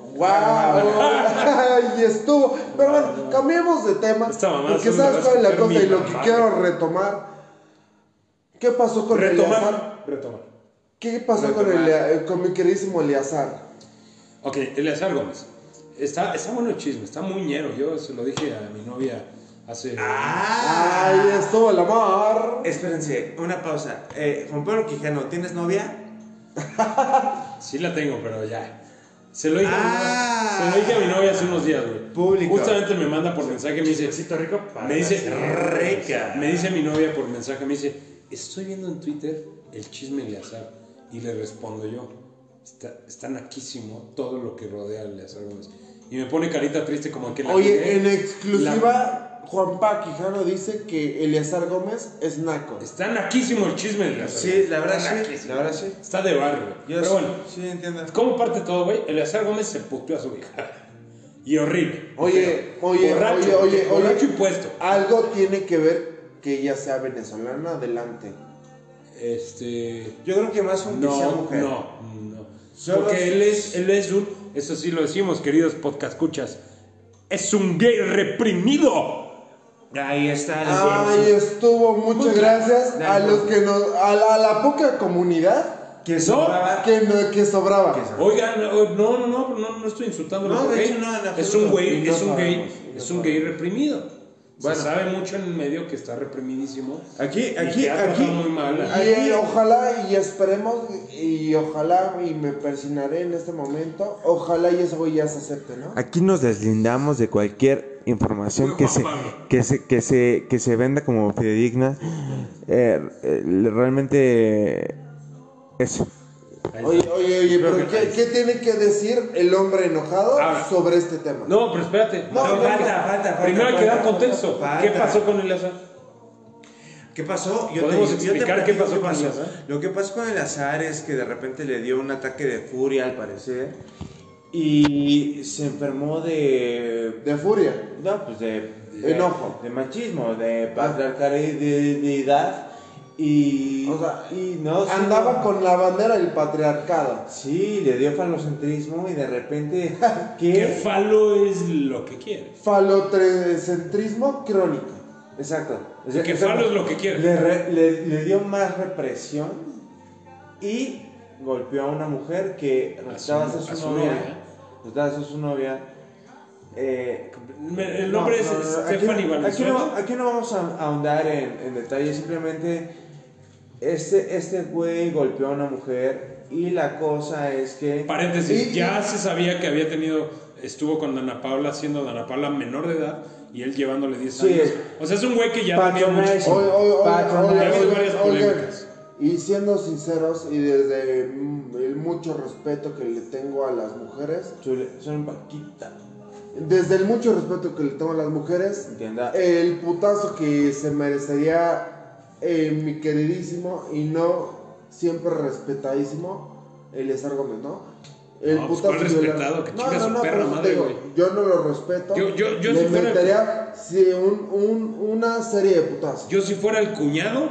Speaker 2: ¡Wow! y estuvo. Pero bueno, cambiemos de tema.
Speaker 1: Esta mamá
Speaker 2: porque
Speaker 1: solo
Speaker 2: sabes
Speaker 1: me va a
Speaker 2: cuál es la
Speaker 1: escoger
Speaker 2: cosa
Speaker 1: mi
Speaker 2: y lo que
Speaker 1: mamá.
Speaker 2: quiero retomar. ¿Qué pasó con Eleazar?
Speaker 1: Retomar. Retomar.
Speaker 2: ¿Qué pasó con,
Speaker 4: Retomar.
Speaker 2: Elea- con mi queridísimo Eleazar?
Speaker 1: Ok, Eleazar Gómez. Está, está bueno el chisme, está muy ñero. Yo se lo dije a mi novia hace...
Speaker 4: ¡Ah!
Speaker 2: ¡Ahí estuvo la mar!
Speaker 4: Espérense, una pausa. Eh, Juan Pablo Quijano, ¿tienes novia?
Speaker 1: Sí la tengo, pero ya. Se lo dije,
Speaker 4: Ah.
Speaker 1: a, mi, se lo dije a mi novia hace unos días, güey.
Speaker 4: Público.
Speaker 1: Justamente me manda por mensaje, me dice,
Speaker 5: Éxito rico para
Speaker 1: me dice,
Speaker 5: la-
Speaker 1: "Reca". Me dice mi novia por mensaje, me dice, estoy viendo en Twitter el chisme de Eleazar. Y le respondo yo, está, está naquísimo todo lo que rodea a Eleazar Gómez. Y me pone carita triste como que la
Speaker 2: Oye,
Speaker 1: cagué.
Speaker 2: en exclusiva, Juan Pa Quijano dice que Eleazar Gómez es naco.
Speaker 1: La- está naquísimo el chisme de Eleazar.
Speaker 4: Sí, la verdad sí. La verdad sí.
Speaker 1: Está de barrio. güey.
Speaker 4: Yo
Speaker 1: Pero
Speaker 4: sí,
Speaker 1: bueno,
Speaker 4: sí entiendo.
Speaker 1: ¿cómo parte todo, güey? Eleazar Gómez se puteó a su hija. Y horrible.
Speaker 2: Oye, oye, oye,
Speaker 1: borracho,
Speaker 2: oye, oye.
Speaker 1: borracho y puesto.
Speaker 2: Algo tiene que ver que ella sea venezolana. Adelante.
Speaker 1: Este.
Speaker 4: Yo creo que más un que sea
Speaker 1: No,
Speaker 4: mujer.
Speaker 1: no, no.
Speaker 4: Solo
Speaker 1: Porque
Speaker 4: es-
Speaker 1: él es, él es un. Eso sí lo decimos, queridos podcast escuchas. Es un gay reprimido.
Speaker 4: Ahí está. la
Speaker 2: Ahí estuvo, muchas
Speaker 1: Muchas
Speaker 2: gracias a
Speaker 4: gracias.
Speaker 2: los que nos, a la, a la poca comunidad
Speaker 4: Que sobraba.
Speaker 2: que, no- que sobraba.
Speaker 1: Oigan, no, no, no, no, no estoy insultando.
Speaker 4: No,
Speaker 1: a los
Speaker 4: de
Speaker 1: gays.
Speaker 4: hecho, no, en
Speaker 1: es un
Speaker 4: absoluto.
Speaker 1: güey,
Speaker 2: No
Speaker 1: es un
Speaker 2: sabemos,
Speaker 1: gay,
Speaker 2: no
Speaker 1: es un gay
Speaker 2: sabemos.
Speaker 1: reprimido. se sabe mucho en el medio que está reprimidísimo.
Speaker 4: Aquí,
Speaker 1: y
Speaker 4: aquí,
Speaker 1: que ha tratado
Speaker 4: aquí.
Speaker 1: muy mal.
Speaker 2: Y eh, ojalá y esperemos y ojalá y me persinaré en este momento. Ojalá y ese güey ya se acepte, ¿no?
Speaker 4: Aquí nos deslindamos de cualquier información que se, que se, que se, que se venda como fidedigna. Eh, eh, realmente eh, eso.
Speaker 2: Oye, oye, oye,
Speaker 1: Creo
Speaker 2: pero
Speaker 1: que
Speaker 2: ¿qué,
Speaker 1: sí.
Speaker 2: qué tiene que decir el hombre enojado
Speaker 1: Ahora.
Speaker 2: sobre este tema?
Speaker 1: No, pero espérate.
Speaker 2: No,
Speaker 1: Primero
Speaker 6: falta,
Speaker 1: que-
Speaker 6: falta, falta,
Speaker 1: Primero hay que
Speaker 6: falta,
Speaker 1: dar contexto.
Speaker 6: falta.
Speaker 1: ¿Qué pasó con Eleazar?
Speaker 6: ¿Qué pasó? Yo te
Speaker 1: ¿Podemos
Speaker 6: digo, yo te
Speaker 1: explicar qué
Speaker 6: platico
Speaker 1: pasó con Eleazar?
Speaker 4: Lo que pasó con el azar es que de repente le dio un ataque de furia, al parecer, y se enfermó de.
Speaker 2: De furia.
Speaker 4: No, pues de.
Speaker 2: De enojo.
Speaker 4: De machismo, de patriarcalidad. Y.
Speaker 2: O sea,
Speaker 4: y no sí,
Speaker 2: Andaba con la bandera del patriarcado.
Speaker 4: Sí, le dio falocentrismo y de repente.
Speaker 1: ¿Qué
Speaker 4: ¿Qué?
Speaker 1: falo es lo que quieres?
Speaker 2: Falotrecentrismo crónico.
Speaker 4: Exacto. O sea,
Speaker 1: Que
Speaker 4: exacto.
Speaker 1: falo es lo que quieres.
Speaker 4: Le, re- le- le dio más represión y golpeó a una mujer que
Speaker 1: A
Speaker 4: resultaba
Speaker 1: su-
Speaker 4: ser
Speaker 1: a
Speaker 4: su,
Speaker 1: su
Speaker 4: novia.
Speaker 1: novia.
Speaker 4: Resultaba ser su novia. Eh,
Speaker 1: Me- el nombre es
Speaker 4: aquí-
Speaker 1: Stephanie
Speaker 4: aquí,
Speaker 1: Valenzuela.
Speaker 4: no, aquí no vamos a a ahondar en, en detalle, simplemente este, este güey golpeó a una mujer y la cosa es que...
Speaker 1: Paréntesis,
Speaker 2: Y-
Speaker 1: ya se sabía que había tenido, estuvo con Dana Paula, siendo Dana Paula menor de edad y él llevándole 10
Speaker 4: Sí.
Speaker 1: años. O sea, es un güey que ya tenía
Speaker 4: Patronage.
Speaker 1: mucho.
Speaker 2: Oye, oye, oye,
Speaker 4: Patronal.
Speaker 2: oye,
Speaker 1: Ha habido
Speaker 2: oye,
Speaker 1: varias
Speaker 2: oye,
Speaker 1: polémicas.
Speaker 2: Y siendo sinceros y desde mm, el mucho respeto que le tengo a las mujeres,
Speaker 4: Chule- Son paquita.
Speaker 2: desde el mucho respeto que le tengo a las mujeres,
Speaker 4: Entienda.
Speaker 2: el putazo que se merecería eh, mi queridísimo y no siempre respetadísimo Eliezer Gómez, ¿no? El
Speaker 1: No, pues, ¿cuál
Speaker 2: le-
Speaker 1: respetado? Que chinga su perra
Speaker 2: por eso
Speaker 1: madre,
Speaker 2: te digo,
Speaker 1: güey.
Speaker 2: Yo no lo respeto.
Speaker 1: Yo- yo- yo
Speaker 2: le
Speaker 1: si fuera-
Speaker 2: metería sí, un- un- una serie de putazos.
Speaker 1: Yo si fuera el cuñado,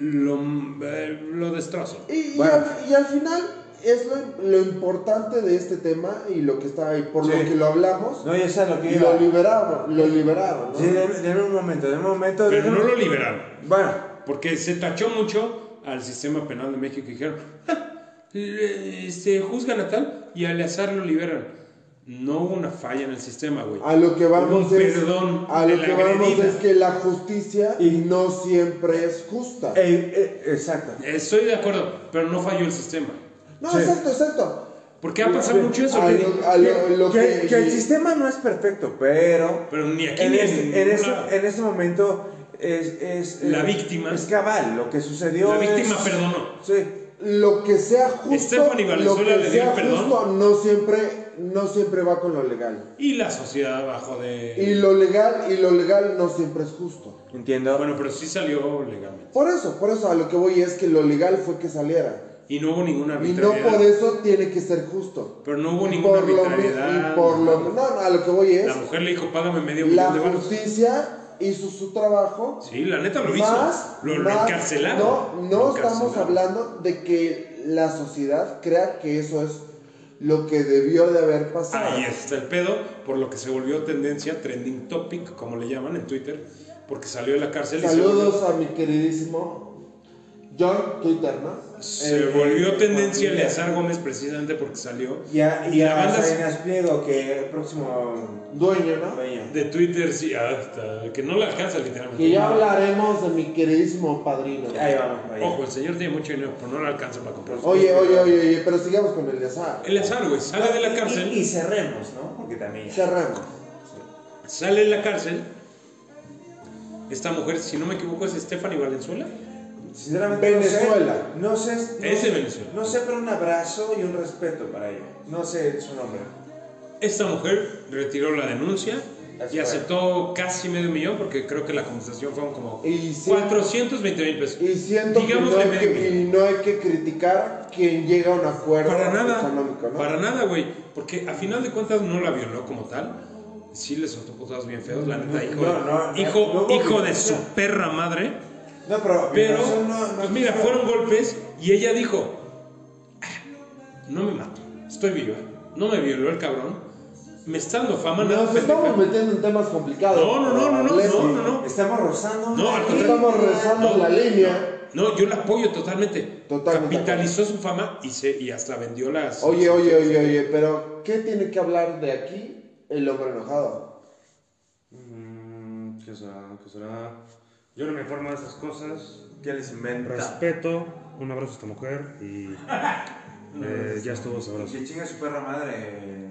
Speaker 1: lo, eh, lo destrozo.
Speaker 2: Y, y
Speaker 4: Bueno.
Speaker 2: al, y al final es lo, lo importante de este tema y lo que está ahí, por
Speaker 4: Sí.
Speaker 2: lo que lo hablamos
Speaker 4: No, ya sé lo que
Speaker 2: y
Speaker 4: iba.
Speaker 2: lo liberaron, lo liberaron, ¿no?
Speaker 4: Sí, deme, deme un momento, deme un momento.
Speaker 1: Pero
Speaker 4: deme-
Speaker 1: no lo liberaron,
Speaker 4: Bueno,
Speaker 1: porque se tachó mucho al sistema penal de México y dijeron, "Ja, le- este, juzgan a tal y al azar lo liberan. No hubo una falla en el sistema, güey.
Speaker 2: A lo que vamos
Speaker 1: Un
Speaker 2: es
Speaker 1: perdón
Speaker 2: a
Speaker 1: de
Speaker 2: lo
Speaker 1: la
Speaker 2: que vamos
Speaker 1: agredida.
Speaker 2: es que la justicia
Speaker 4: Y-
Speaker 2: no siempre es justa.
Speaker 4: eh, eh, exacto.
Speaker 1: Estoy de acuerdo, pero no falló el sistema.
Speaker 2: no,
Speaker 4: sí.
Speaker 2: exacto, exacto.
Speaker 1: Porque ha pasado mucho eso.
Speaker 2: A
Speaker 1: güey.
Speaker 2: lo, a lo- lo
Speaker 4: que,
Speaker 2: que,
Speaker 4: que el sistema no es perfecto, pero.
Speaker 1: Pero ni aquí
Speaker 4: en,
Speaker 1: ni en
Speaker 4: este, en
Speaker 1: ningún
Speaker 4: este-
Speaker 1: lado.
Speaker 4: en este momento es. es
Speaker 1: La
Speaker 4: eh,
Speaker 1: víctima.
Speaker 4: Es cabal, lo que sucedió.
Speaker 1: La víctima
Speaker 4: es-
Speaker 1: perdonó.
Speaker 4: Sí.
Speaker 2: lo que sea justo,
Speaker 1: Stephanie
Speaker 2: lo
Speaker 1: Valenzuela
Speaker 2: que
Speaker 1: le dio
Speaker 2: sea
Speaker 1: el perdón.
Speaker 2: justo no siempre no siempre va con lo legal.
Speaker 1: Y la sociedad bajo de...
Speaker 2: Y lo legal y lo legal no siempre es justo.
Speaker 4: Entiendo.
Speaker 1: Bueno, pero sí salió legalmente.
Speaker 2: Por eso, por eso a lo que voy es que lo legal fue que saliera.
Speaker 1: Y no hubo ninguna
Speaker 2: Y no
Speaker 1: arbitrariedad.
Speaker 2: por eso tiene que ser justo.
Speaker 1: Pero no hubo
Speaker 2: Y
Speaker 1: ninguna
Speaker 2: por lo mi-
Speaker 1: arbitrariedad.
Speaker 2: y por lo mi- no, no, a lo que voy es
Speaker 1: La mujer le dijo, págame medio
Speaker 2: la
Speaker 1: millón de baros.
Speaker 2: justicia hizo su trabajo.
Speaker 1: Sí, la neta lo hizo.
Speaker 2: Más,
Speaker 1: lo, lo
Speaker 2: más,
Speaker 1: encarcelaron.
Speaker 2: No,
Speaker 1: Lo
Speaker 2: no estamos
Speaker 1: encarcelaron.
Speaker 2: hablando de que la sociedad crea que eso es lo que debió de haber pasado.
Speaker 1: Ahí está el pedo, por lo que se volvió tendencia, trending topic, como le llaman en Twitter, porque salió de la cárcel y
Speaker 2: Saludos a mi queridísimo John Twitter, ¿no?
Speaker 1: se
Speaker 4: Eh,
Speaker 1: volvió, se volvió
Speaker 4: eh,
Speaker 1: tendencia
Speaker 4: eh,
Speaker 1: Eleazar Gómez precisamente porque salió.
Speaker 4: Y a, y
Speaker 1: Y la
Speaker 4: a
Speaker 1: banda-
Speaker 4: Salinas Pliego, que el próximo.
Speaker 2: Dueño, ¿no?
Speaker 4: dueño.
Speaker 1: De Twitter, sí, hasta que no le alcanza literalmente.
Speaker 2: Que ya hablaremos de mi queridísimo padrino.
Speaker 4: Ahí vamos, para allá.
Speaker 1: Ojo, el señor tiene mucho dinero, pero no le alcanza para comprar.
Speaker 2: Oye, oye, oye, oye, pero sigamos con el azar.
Speaker 1: Eleazar, güey, sale de la
Speaker 4: Y, y
Speaker 1: cárcel,
Speaker 4: cerremos, ¿no? Porque también. ya-
Speaker 2: Cerramos.
Speaker 1: sale de la cárcel. Esta mujer, si no me equivoco, es Stephanie Valenzuela.
Speaker 4: Sinceramente,
Speaker 2: Venezuela.
Speaker 4: No sé, no sé, no,
Speaker 1: Es de Venezuela.
Speaker 4: No sé, pero un abrazo y un respeto para ella. No sé su nombre.
Speaker 1: Esta mujer retiró la denuncia
Speaker 4: Así
Speaker 1: y
Speaker 4: fue.
Speaker 1: aceptó casi medio millón porque creo que la compensación fueron como
Speaker 2: Y sí.
Speaker 1: 420 mil pesos.
Speaker 2: Y siento que
Speaker 1: Digamos
Speaker 2: no,
Speaker 1: de
Speaker 2: hay
Speaker 1: medio
Speaker 2: que,
Speaker 1: millón.
Speaker 2: y no hay que criticar quien llega a un acuerdo
Speaker 1: Para nada,
Speaker 2: económico, ¿no?
Speaker 1: para nada, güey. Porque a final de cuentas no la violó como tal. Sí le soltó putados bien feos, la neta, hijo,
Speaker 4: No, no, no,
Speaker 1: hijo,
Speaker 4: no hubo
Speaker 1: hijo de su
Speaker 4: violencia.
Speaker 1: perra madre.
Speaker 4: No, pero.
Speaker 1: Pero,
Speaker 4: eso no- no-
Speaker 1: pues mira,
Speaker 4: no-
Speaker 1: fueron golpes y ella dijo, "Ah, no me mato, estoy viva, no me violó el cabrón, me está dando fama, nada
Speaker 2: Nos
Speaker 1: pendeja".
Speaker 2: estamos metiendo en temas complicados.
Speaker 1: No, no, no, no, no,
Speaker 2: Leslie.
Speaker 1: no, no, no.
Speaker 4: Estamos rozando.
Speaker 1: No, al contrario.
Speaker 2: Estamos rezando la línea.
Speaker 1: No, yo la apoyo totalmente.
Speaker 2: Totalmente.
Speaker 1: Capitalizó su fama y, se, y hasta vendió las...
Speaker 2: Oye, oye, oye, oye, pero ¿qué tiene que hablar de aquí el hombre enojado?
Speaker 4: Mm,
Speaker 5: ¿Qué será? ¿Qué será? Yo no me informo de estas cosas.
Speaker 4: ¿Qué les inventa?
Speaker 5: Respeto, un abrazo a esta mujer y eh, ya estuvo sabroso.
Speaker 4: Que chinga su perra madre.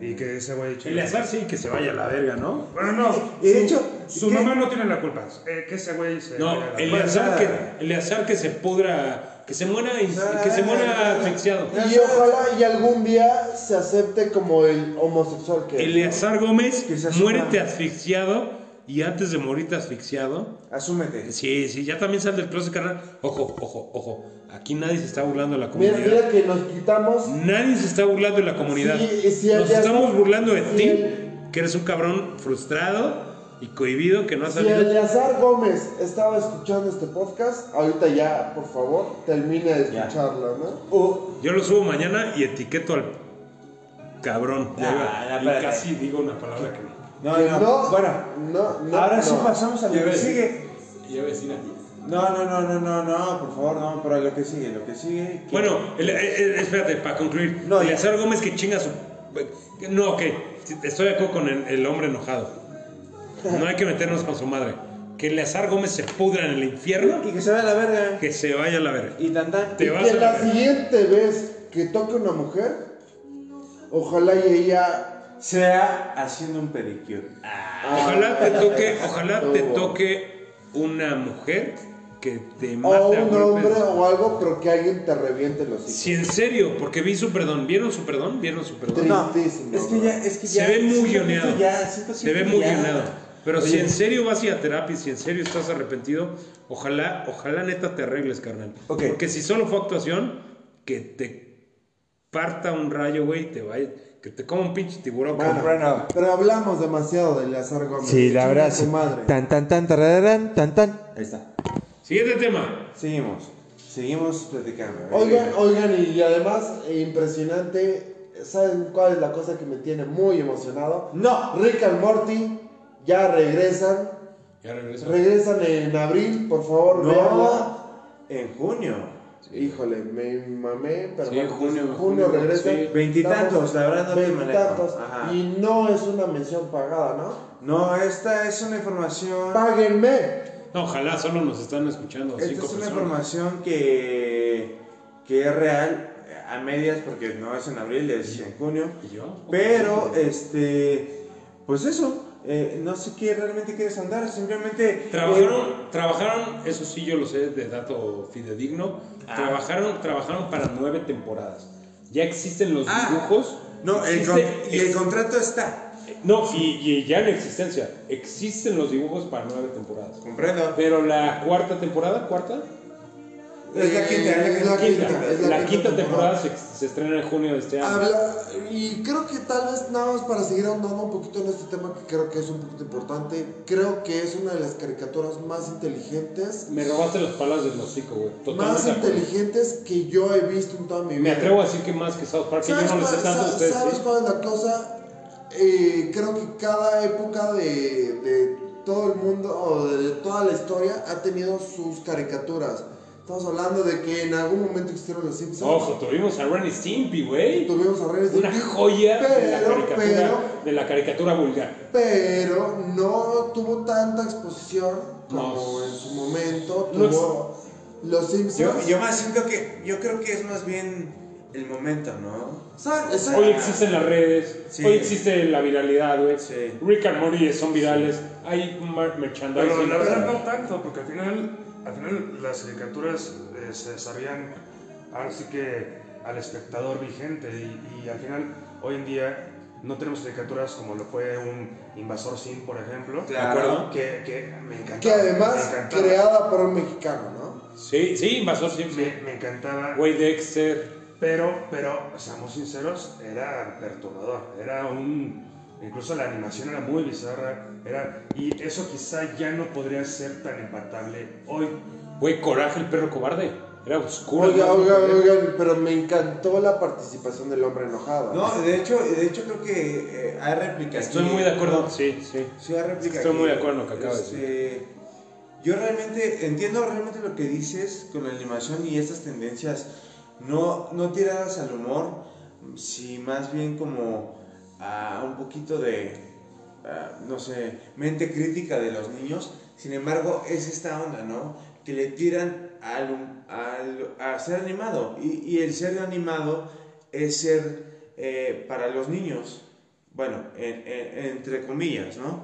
Speaker 5: Y que ese güey
Speaker 1: El
Speaker 5: chingue-
Speaker 1: azar sí que se vaya a la verga, ¿no?
Speaker 5: Bueno, no.
Speaker 6: Y de
Speaker 5: su-
Speaker 6: hecho,
Speaker 5: su
Speaker 6: ¿qué?
Speaker 5: mamá no tiene la culpa. Eh, que ese güey se.
Speaker 1: No,
Speaker 5: vaya a la-
Speaker 1: el azar que, el azar que se pudra, que se muera, ins- que se muera asfixiado.
Speaker 2: Y ojalá y algún día se acepte como el homosexual que es.
Speaker 1: Eleazar Gómez,
Speaker 4: Que se asuma.
Speaker 1: muérete asfixiado y antes de morirte asfixiado.
Speaker 4: Asúmete.
Speaker 1: Sí, sí, ya también sal del proceso, carnal. Ojo, ojo, ojo. Aquí nadie se está burlando de la
Speaker 2: Mira,
Speaker 1: comunidad.
Speaker 2: mira que nos quitamos.
Speaker 1: Nadie se está burlando de la comunidad.
Speaker 2: Sí, sí,
Speaker 1: Nos
Speaker 2: ya
Speaker 1: estamos
Speaker 2: está.
Speaker 1: burlando de
Speaker 2: Sí,
Speaker 1: ti,
Speaker 2: el-
Speaker 1: que eres un cabrón frustrado y cohibido que no ha
Speaker 2: Si
Speaker 1: salido.
Speaker 2: Eleazar Gómez estaba escuchando este podcast, ahorita ya, por favor, termine de
Speaker 4: Ya.
Speaker 2: escucharlo, ¿no?
Speaker 4: Uh,
Speaker 1: Yo lo subo mañana y etiqueto al cabrón.
Speaker 4: Ah,
Speaker 1: Ya iba-
Speaker 4: no,
Speaker 1: y
Speaker 4: espérate.
Speaker 1: casi digo una palabra que no.
Speaker 4: no,
Speaker 2: Que
Speaker 4: no, Bueno,
Speaker 2: no, no,
Speaker 4: ahora sí
Speaker 2: no.
Speaker 4: pasamos a lo
Speaker 1: Ya
Speaker 4: que
Speaker 1: ves.
Speaker 4: sigue.
Speaker 1: Y ya vecina.
Speaker 4: No, no, no, no, no, no, por favor, no, pero lo que sigue, lo que sigue. que-
Speaker 1: Bueno, el- eh, eh, espérate, para concluir.
Speaker 4: No, ya.
Speaker 1: Eleazar Gómez que chinga su. eh, No, ok. Estoy de acuerdo con el, el hombre enojado. No hay que meternos con su madre. Que Eleazar Gómez se pudra en el infierno,
Speaker 4: Y que se vea la verga.
Speaker 1: que se vaya a la verga.
Speaker 4: Y tan tan.
Speaker 1: Te
Speaker 2: Y
Speaker 1: vas
Speaker 2: que
Speaker 1: a
Speaker 2: la
Speaker 1: la verga.
Speaker 2: siguiente vez que toque una mujer, ojalá y ella.
Speaker 4: Sea haciendo un pedicure.
Speaker 1: Ojalá te toque, ojalá te
Speaker 2: Oh.
Speaker 1: toque una mujer que te
Speaker 2: O
Speaker 1: mate a
Speaker 2: un
Speaker 1: golpes.
Speaker 2: hombre o algo, pero que alguien te reviente los hijos.
Speaker 1: Sí, en serio, porque vi su perdón. ¿Vieron su perdón? ¿Vieron su perdón?
Speaker 2: Tri-
Speaker 4: No, es
Speaker 2: Tristísimo,
Speaker 4: que ya, es que ya.
Speaker 1: Se ve
Speaker 4: siento
Speaker 1: muy
Speaker 4: que
Speaker 1: guioneado.
Speaker 4: ya, siento
Speaker 1: Se
Speaker 4: que
Speaker 1: ve muy
Speaker 4: ya.
Speaker 1: guionado. Pero si
Speaker 4: Oye.
Speaker 1: en serio vas a ir a terapia, y si en serio estás arrepentido, ojalá, ojalá neta te arregles, carnal.
Speaker 4: Ok.
Speaker 1: Porque si solo fue actuación, que te parta un rayo, güey, y te vaya, que te coma un pinche tiburón.
Speaker 4: Bueno,
Speaker 1: carnal.
Speaker 4: bueno.
Speaker 2: Pero hablamos demasiado de Eleazar Gómez.
Speaker 4: Sí, la verdad.
Speaker 2: Su
Speaker 4: sí.
Speaker 2: madre.
Speaker 4: Tan tan tan tarararán, tan tan. Ahí está.
Speaker 1: Siguiente tema.
Speaker 4: Seguimos. Seguimos platicando. a ver.
Speaker 2: Oigan, oigan, y además, eh, impresionante, ¿saben cuál es la cosa que me tiene muy emocionado?
Speaker 4: No.
Speaker 2: Rick and Morty ya regresan,
Speaker 1: Ya regreso.
Speaker 2: regresan en abril, por favor,
Speaker 4: No.
Speaker 2: véanla.
Speaker 4: En junio.
Speaker 2: Híjole, me mamé, pero
Speaker 1: Sí,
Speaker 2: bueno,
Speaker 1: junio,
Speaker 2: en junio
Speaker 1: junio,
Speaker 2: regresan.
Speaker 1: sí.
Speaker 4: Veintitantos, la verdad no te manejo.
Speaker 2: Veintitantos,
Speaker 4: Ajá.
Speaker 2: y no es una mención pagada, ¿no?
Speaker 4: No, esta es una información.
Speaker 2: ¡Páguenme!
Speaker 1: No, ojalá solo nos están escuchando
Speaker 4: Esta es
Speaker 1: cinco
Speaker 4: una
Speaker 1: personas.
Speaker 4: información que, que es real eh, a medias porque no es en abril, es en junio.
Speaker 1: ¿Y yo?
Speaker 4: Pero, este, pues eso, eh, no sé qué realmente quieres andar, simplemente... eh,
Speaker 1: Trabajaron, trabajaron, eso sí yo lo sé de dato fidedigno,
Speaker 4: Ah.
Speaker 1: trabajaron, trabajaron para nueve temporadas. Ya existen los
Speaker 4: Ah.
Speaker 1: dibujos.
Speaker 4: No, el,
Speaker 1: existe-
Speaker 4: con- y el contrato está.
Speaker 1: No, y, y ya en existencia. Existen los dibujos para nueve temporadas.
Speaker 4: Comprendo.
Speaker 1: Pero la cuarta temporada, cuarta,
Speaker 4: Es la quinta, es la
Speaker 1: quinta,
Speaker 4: quinta.
Speaker 2: es
Speaker 1: la, quinta temporada, se, se estrena en junio de este año.
Speaker 2: Habla, y creo que tal vez nada más para seguir ahondando un poquito en este tema que creo que es un poquito importante, creo que es una de las caricaturas más inteligentes,
Speaker 1: Me robaste las palas del hocico, güey. Totalmente.
Speaker 2: más
Speaker 1: de acuerdo.
Speaker 2: inteligentes que yo he visto en toda mi vida.
Speaker 1: Me atrevo a decir que más que South Park, que yo
Speaker 2: ¿Sabes,
Speaker 1: no le sé
Speaker 2: cuál,
Speaker 1: tanto a
Speaker 2: sa-
Speaker 1: ustedes.
Speaker 2: sabes
Speaker 1: ¿sí?
Speaker 2: cuál es la cosa? Eh, creo que cada época de, de todo el mundo o de toda la historia ha tenido sus caricaturas. Estamos hablando de que en algún momento existieron los Simpsons.
Speaker 1: Ojo, tuvimos a Ren y Stimpy, güey.
Speaker 2: Tuvimos a Ren y
Speaker 1: Una
Speaker 2: Stimpy,
Speaker 1: joya de, la
Speaker 2: pero-
Speaker 1: caricatura,
Speaker 2: pero-
Speaker 1: de la caricatura vulgar.
Speaker 2: pero no tuvo tanta exposición como
Speaker 1: No.
Speaker 2: en su momento
Speaker 1: No
Speaker 2: tuvo los
Speaker 4: Yo,
Speaker 2: Simpsons.
Speaker 4: yo más siento que, yo creo que es más bien el momento, ¿no?
Speaker 2: ¿Saben? Esa-
Speaker 1: Hoy existen las redes,
Speaker 4: Sí.
Speaker 1: hoy existe la viralidad, güey.
Speaker 4: Sí.
Speaker 1: Rick and Morty son virales, hay mar- merchandising.
Speaker 5: Pero la verdad no tanto, porque al final, al final las caricaturas eh, se desarrollan ahora sí que al espectador vigente y, y al final hoy en día no tenemos caricaturas como lo fue un Invasor Sim, por ejemplo,
Speaker 1: acuerdo.
Speaker 5: que, que me encantaba.
Speaker 2: que además
Speaker 5: me encantaba,
Speaker 2: creada por un mexicano, ¿no?
Speaker 1: Sí, sí, Invasor Sim, sí.
Speaker 5: me, me encantaba,
Speaker 1: Güey Dexter.
Speaker 5: pero, pero, seamos sinceros, era perturbador, era un... Incluso la animación era muy bizarra, era, y eso quizá ya no podría ser tan empatable hoy.
Speaker 1: Güey, Coraje, el perro cobarde. Era oscuro.
Speaker 2: Oiga,
Speaker 1: ¿no?
Speaker 2: oiga, oigan, pero me encantó la participación del hombre enojado.
Speaker 4: No, de hecho, de hecho creo que eh, hay réplicas.
Speaker 1: Estoy muy de acuerdo. Sí, sí.
Speaker 4: Sí, hay réplica
Speaker 1: Estoy muy
Speaker 4: que,
Speaker 1: de acuerdo en lo que acabas de
Speaker 4: este, Yo realmente entiendo realmente lo que dices con la animación y estas tendencias no, no tiradas al humor, si más bien como a un poquito de, ah, no sé, mente crítica de los niños. Sin embargo, es esta onda, ¿no? Que le tiran al, al, al ser animado. Y, y el ser animado es ser eh, para los niños. Bueno, en- en- entre comillas, ¿no?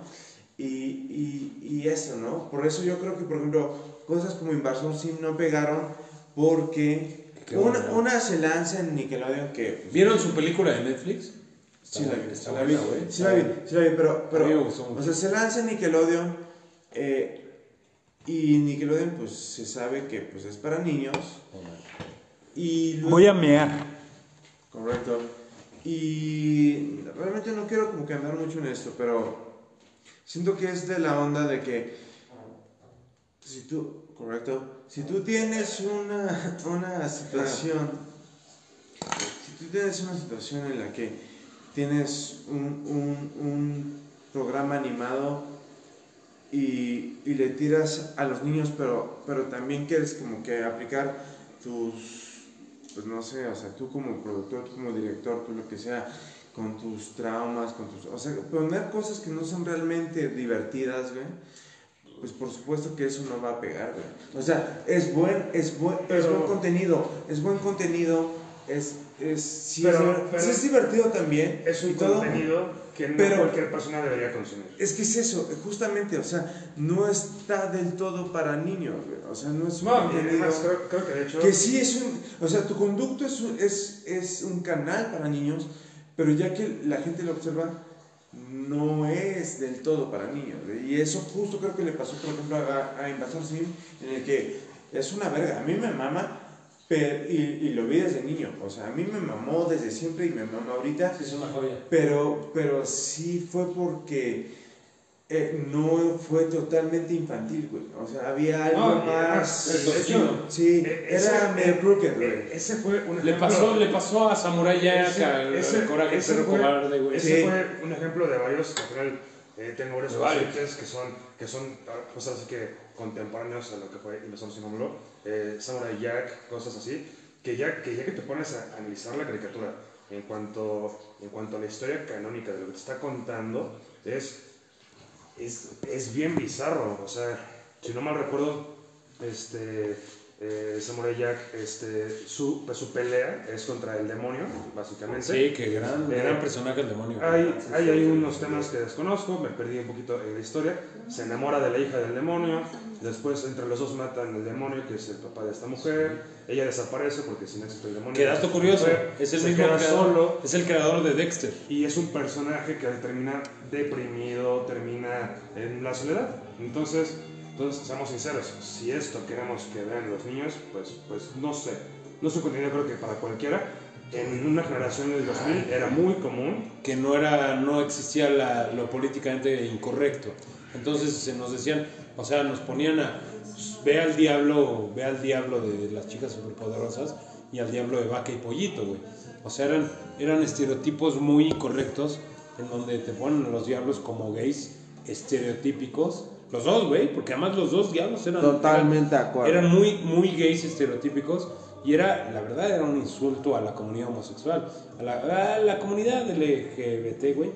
Speaker 4: Y, y, y eso, ¿no? Por eso yo creo que, por ejemplo, cosas como Invasión Sim no pegaron porque
Speaker 8: Qué
Speaker 4: una,
Speaker 8: bueno.
Speaker 4: una se lanza en Nickelodeon que...
Speaker 1: ¿Vieron su película de Netflix?
Speaker 4: Sí la vi,
Speaker 1: está
Speaker 4: sí la vi,
Speaker 1: buena, güey.
Speaker 4: sí la vi, sí la vi, pero... pero
Speaker 1: A mí me gustó mucho.
Speaker 4: O sea, se lanza en Nickelodeon eh, y Nickelodeon pues se sabe que pues es para niños y luego-
Speaker 8: Voy a mear.
Speaker 4: Correcto. Y realmente no quiero como que andar mucho en esto, pero siento que es de la onda de que si tú, correcto, si tú tienes una, una situación, si tú tienes una situación en la que tienes un, un- un programa animado y, y le tiras a los niños, pero, pero también quieres como que aplicar tus, pues no sé, o sea, tú como productor, tú como director, tú lo que sea, con tus traumas, con tus... O sea, poner cosas que no son realmente divertidas, güey. Pues por supuesto que eso no va a pegar, güey. O sea, es buen, es buen, es
Speaker 9: Pero-
Speaker 4: buen contenido, es buen contenido, es, es, sí,
Speaker 9: Pero-
Speaker 4: es, buen-
Speaker 9: pero-
Speaker 4: sí es divertido también.
Speaker 5: Es
Speaker 4: y
Speaker 5: un
Speaker 4: todo.
Speaker 5: contenido que no
Speaker 4: Pero-
Speaker 5: cualquier persona debería consumir.
Speaker 4: Es que es eso, justamente, o sea, no está del todo para niños, güey. O sea, no es un
Speaker 5: No, y
Speaker 4: contenido-
Speaker 5: además creo, creo que de hecho...
Speaker 4: que sí es un, o sea, tu conducto es un, es, es un canal para niños, pero ya que la gente lo observa, no es del todo para niños. güey. Y eso justo creo que le pasó, por ejemplo, a, a Invasor Sim, en el que es una verga, a mí me mama, pero, y, y lo vi desde niño, o sea, a mí me mamó desde siempre y me mama ahorita,
Speaker 1: Es una joya.
Speaker 4: pero, pero sí fue porque eh, no fue totalmente infantil, güey. O sea, había algo
Speaker 5: No, y
Speaker 4: más.
Speaker 5: además,
Speaker 1: el cochino.
Speaker 4: sí,
Speaker 5: Eh,
Speaker 4: era
Speaker 5: ese-
Speaker 4: medio crooked, güey.
Speaker 5: eh, Ese fue un
Speaker 1: Le
Speaker 5: ejemplo-
Speaker 1: pasó, le pasó a Samurai
Speaker 5: Ese-
Speaker 1: Jack, al
Speaker 5: ese-
Speaker 1: al Coraje,
Speaker 5: ese
Speaker 1: perro
Speaker 5: fue-
Speaker 1: cobarde, güey.
Speaker 5: Ese
Speaker 4: Sí.
Speaker 5: fue un ejemplo de varios que al final eh, tengo varios
Speaker 1: De varios.
Speaker 5: pacientes que son, que son ah, cosas así que contemporáneos a lo que fue Invasor Sinómulo, eh, Samurai Jack, cosas así, que ya, que ya que te pones a analizar la caricatura en cuanto, en cuanto a la historia canónica de lo que te está contando, es, es, es bien bizarro. O sea, si no mal recuerdo, este, eh, Samurai Jack, este, su, su pelea es contra el demonio, básicamente.
Speaker 1: Sí, qué gran,
Speaker 5: Eh,
Speaker 1: gran personaje el demonio. güey.
Speaker 5: Hay, hay, hay unos temas que desconozco, me perdí un poquito en la historia. Se enamora de la hija del demonio, después entre los dos matan al demonio, que es el papá de esta mujer. Ella desaparece porque si no existe el demonio.
Speaker 1: Qué dato curioso, es el
Speaker 5: se
Speaker 1: mismo
Speaker 5: queda
Speaker 1: creador,
Speaker 5: solo.
Speaker 1: es el creador de Dexter.
Speaker 5: Y es un personaje que termina deprimido, termina en la soledad. Entonces, entonces seamos sinceros, si esto queremos que vean los niños, pues, pues no sé. No es un contenido creo que para cualquiera. En una generación de 2000 era muy común
Speaker 1: que no era no existía la- lo políticamente incorrecto. Entonces se nos decían, o sea, nos ponían a pues, ve al diablo, ve al diablo de las chicas superpoderosas y al diablo de vaca y pollito, güey. O sea, eran eran estereotipos muy incorrectos en donde te ponen a los diablos como gays estereotípicos. Los dos, güey, porque además los dos diablos eran
Speaker 2: Totalmente de acuerdo.
Speaker 1: eran muy, muy gays estereotípicos y era, la verdad, era un insulto a la comunidad homosexual, a la, a la comunidad LGBT, güey.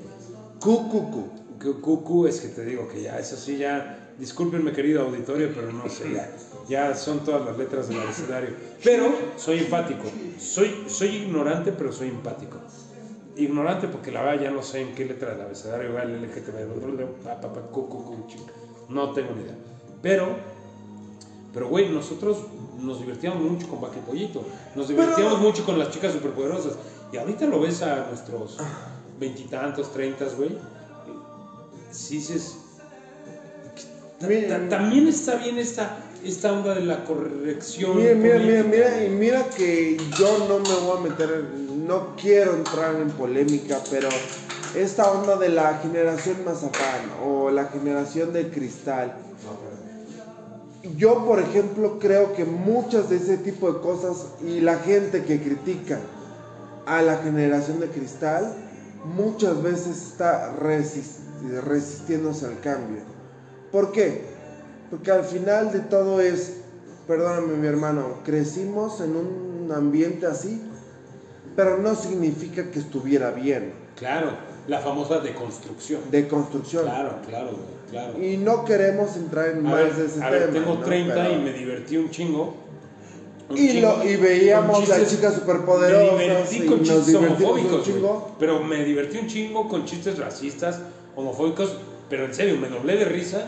Speaker 2: Cucucu.
Speaker 1: Que Cucu es que te digo que ya, eso sí, ya, discúlpenme querido auditorio, pero no sé, ya, ya son todas las letras del abecedario. Pero soy empático, soy, soy ignorante, pero soy empático. Ignorante porque la verdad ya no sé en qué letra del abecedario va el LGTB, pa, pa, pa, cu, cu, cu, chi. no tengo ni idea. Pero pero, güey, nosotros nos divertíamos mucho con Vaca y Pollito. Nos divertíamos mucho con las chicas superpoderosas. Y ahorita lo ves a nuestros veintitantos, treintas, güey. Sí, dices. ta-
Speaker 2: Miren.
Speaker 1: ta- También está bien esta, esta onda de la corrección.
Speaker 2: Mira, mira, mira,
Speaker 1: política,
Speaker 2: mira,
Speaker 1: güey.
Speaker 2: y mira que yo no me voy a meter, en- no quiero entrar en polémica, pero esta onda de la generación Mazapán o la generación de cristal. Yo, por ejemplo, creo que muchas de ese tipo de cosas y la gente que critica a la generación de cristal muchas veces está resist- resistiéndose al cambio. ¿Por qué? Porque al final de todo es, perdóname mi hermano, crecimos en un ambiente así, pero no significa que estuviera bien.
Speaker 1: Claro. la famosa deconstrucción.
Speaker 2: de construcción.
Speaker 1: Claro, claro, güey, claro.
Speaker 2: Y no queremos entrar en
Speaker 1: A
Speaker 2: más de ese
Speaker 1: ver, a ver,
Speaker 2: tema.
Speaker 1: tengo
Speaker 2: ¿no?
Speaker 1: 30
Speaker 2: Pero-
Speaker 1: y me divertí un chingo. Un
Speaker 2: Y, lo- y veíamos
Speaker 1: con
Speaker 2: a
Speaker 1: chistes-
Speaker 2: chicas superpoderosas.
Speaker 1: Me divertí
Speaker 2: y
Speaker 1: con
Speaker 2: nos
Speaker 1: chistes
Speaker 2: divertimos un
Speaker 1: homofóbicos. güey.
Speaker 2: chingo.
Speaker 1: Pero me divertí un chingo con chistes racistas, homofóbicos. Pero en serio, me doblé de risa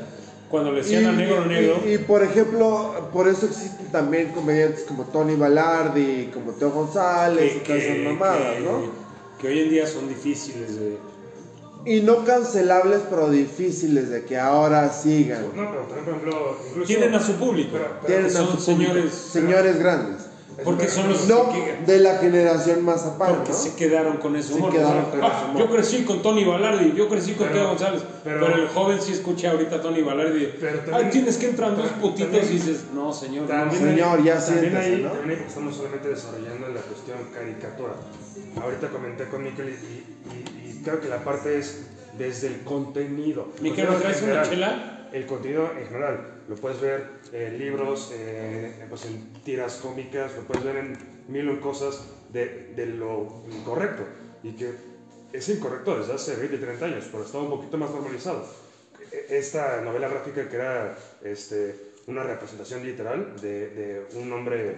Speaker 1: cuando le decían a negro negro.
Speaker 2: y- y, por ejemplo, por eso existen también comediantes como Tony Ballardi, como Teo González y todas esas mamadas,
Speaker 1: que-
Speaker 2: ¿no?
Speaker 1: que hoy en día son difíciles de.
Speaker 2: Y no cancelables, pero difíciles de que ahora sigan.
Speaker 5: No, pero por ejemplo, incluso.
Speaker 1: Tienen a su público.
Speaker 5: Pero- pero-
Speaker 2: Tienen a
Speaker 1: son
Speaker 2: su público,
Speaker 1: señores-
Speaker 2: señores grandes.
Speaker 1: Porque son los
Speaker 2: No
Speaker 1: que-
Speaker 2: de la generación más aparte,
Speaker 1: Porque
Speaker 2: ¿no?
Speaker 1: se quedaron con ese
Speaker 2: Se
Speaker 1: humor.
Speaker 2: quedaron
Speaker 1: Ah,
Speaker 2: con ese humor.
Speaker 1: Yo crecí con Tony Ballardi, yo crecí con
Speaker 5: Pero-
Speaker 1: Teo González. Pero,
Speaker 5: pero-
Speaker 1: el joven sí escucha ahorita a Tony Ballardi.
Speaker 5: Pero
Speaker 1: Ay,
Speaker 5: también-
Speaker 1: tienes que entrar dos
Speaker 5: también-
Speaker 1: putitos
Speaker 5: también-
Speaker 1: y dices, no, señor. no".
Speaker 5: También
Speaker 2: Señor, ya
Speaker 5: también
Speaker 2: siéntese,
Speaker 5: ahí-
Speaker 2: ¿no?
Speaker 5: también estamos solamente desarrollando la cuestión caricatura. Ahorita comenté con Miquel y, y- y- y creo que la parte es desde el contenido.
Speaker 1: Miquel,
Speaker 5: El contenido
Speaker 1: ¿nos traes
Speaker 5: en
Speaker 1: una
Speaker 5: general.
Speaker 1: chela?
Speaker 5: El contenido en general. Lo puedes ver en libros, eh, pues en tiras cómicas, lo puedes ver en mil y un cosas de, de lo incorrecto. Y que es incorrecto desde hace 20, 30 años, pero estaba un poquito más normalizado E-, esta novela gráfica que era este, una representación literal de, de un hombre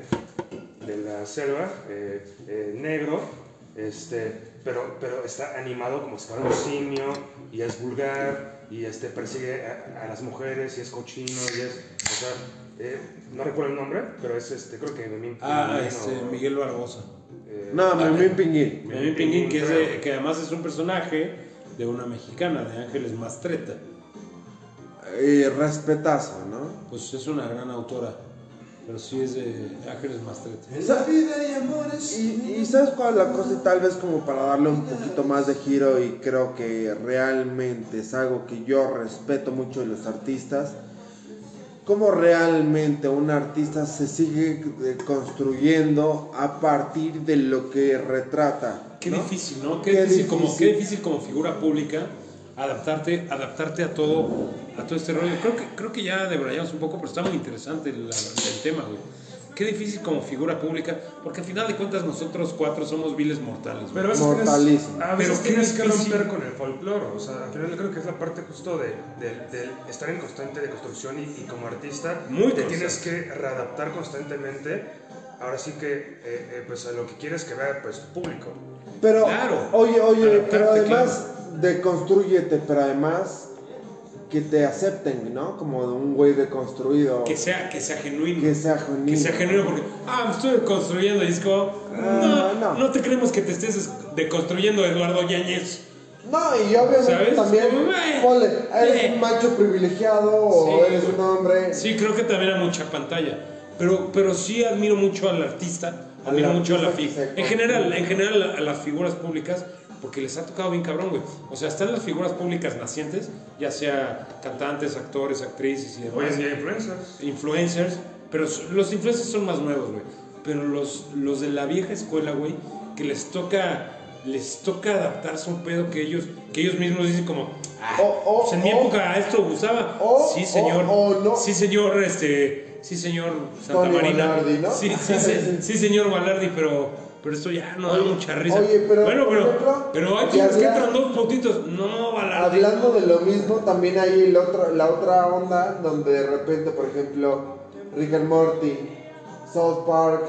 Speaker 5: de la selva, eh, eh, negro, este, pero, pero está animado como si fuera un simio y es vulgar y este, persigue a, a las mujeres y es cochino y es... O sea, eh, no recuerdo el nombre, pero es este, creo que Memín
Speaker 1: Ah,
Speaker 5: Pinguín
Speaker 1: este,
Speaker 5: o,
Speaker 1: Miguel Barbosa.
Speaker 5: eh,
Speaker 2: No, me vi pinguín.
Speaker 1: Benjamín Pinguín, que, es de-
Speaker 5: creo.
Speaker 1: que además es un personaje de una mexicana, de Ángeles Mastreta.
Speaker 2: Y Eh, respetazo, ¿no?
Speaker 1: Pues es una gran autora, pero sí es de Ángeles Mastreta.
Speaker 4: En la vida hay amores.
Speaker 2: Y, y sabes cuál es la cosa, tal vez como para darle un poquito más de giro y creo que realmente es algo que yo respeto mucho de los artistas, cómo realmente un artista se sigue eh, construyendo a partir de lo que retrata.
Speaker 1: Qué
Speaker 2: ¿no?
Speaker 1: difícil, ¿no? Qué,
Speaker 2: Qué
Speaker 1: difícil, Como,
Speaker 2: difícil.
Speaker 1: qué difícil como figura pública adaptarte, adaptarte a todo, a todo este rollo. Creo que, creo que ya debrayamos un poco, pero está muy interesante el, el tema, güey. Qué difícil como figura pública, porque al final de cuentas nosotros cuatro somos viles mortales. güey.
Speaker 5: Pero a veces
Speaker 2: Mortalismo.
Speaker 5: tienes, a veces
Speaker 1: Pero qué
Speaker 5: tienes que
Speaker 1: difícil.
Speaker 5: romper con el folclore. O sea, al final creo que es la parte justo de, del- del estar en constante de construcción y, y como artista
Speaker 1: Muy
Speaker 5: te
Speaker 1: constante.
Speaker 5: tienes que readaptar constantemente. Ahora sí que eh, eh, pues a lo que quieres que vea pues tu público.
Speaker 2: Pero,
Speaker 1: Claro.
Speaker 2: oye, oye,
Speaker 1: Adaptarte,
Speaker 2: pero además deconstrúyete, pero además que te acepten, ¿no? Como de un güey deconstruido.
Speaker 1: que sea, que sea genuino.
Speaker 2: que sea genuino.
Speaker 1: Que sea genuino porque, ah, me estuve construyendo y es como,
Speaker 2: Ah,
Speaker 1: no,
Speaker 2: no.
Speaker 1: no, te creemos que te estés es- deconstruyendo, Eduardo Yáñez.
Speaker 2: No, y obviamente
Speaker 1: ¿Sabes?
Speaker 2: también,
Speaker 1: Como, "Meh,
Speaker 2: ponle, eres
Speaker 1: eh".
Speaker 2: un macho privilegiado o
Speaker 1: Sí,
Speaker 2: eres un
Speaker 1: güey.
Speaker 2: hombre.
Speaker 1: Sí, creo que también era mucha pantalla. Pero, pero sí admiro mucho al artista,
Speaker 2: Al
Speaker 1: admiro mucho a la
Speaker 2: artista que
Speaker 1: figura.
Speaker 2: se
Speaker 1: En general, en general a, a las figuras públicas, porque les ha tocado bien cabrón, güey. O sea, están las figuras públicas nacientes, ya sea cantantes, actores, actrices y
Speaker 5: Hoy
Speaker 1: demás,
Speaker 5: en día influencers.
Speaker 1: influencers, pero s- los influencers son más nuevos, güey. Pero los, los de la vieja escuela, güey, que les toca les toca adaptarse a un pedo que ellos que ellos mismos dicen como ah,
Speaker 2: O- o-
Speaker 1: pues en mi
Speaker 2: o-
Speaker 1: época esto usaba
Speaker 2: o-
Speaker 1: sí señor
Speaker 2: o- o no.
Speaker 1: sí señor este sí señor Santa
Speaker 2: Tony
Speaker 1: Marina
Speaker 2: Ballardi, ¿no?
Speaker 1: sí, sí, sí, sí, señor Balardi pero pero esto ya no da mucha risa
Speaker 2: oye, pero,
Speaker 1: bueno
Speaker 2: por
Speaker 1: pero
Speaker 2: ejemplo,
Speaker 1: pero ahí
Speaker 2: y
Speaker 1: tienes que
Speaker 2: habla-
Speaker 1: entrar dos puntitos no Balardi
Speaker 2: Hablando de lo mismo, también hay el otro, la otra onda donde de repente, por ejemplo, Rick and Morty, South Park,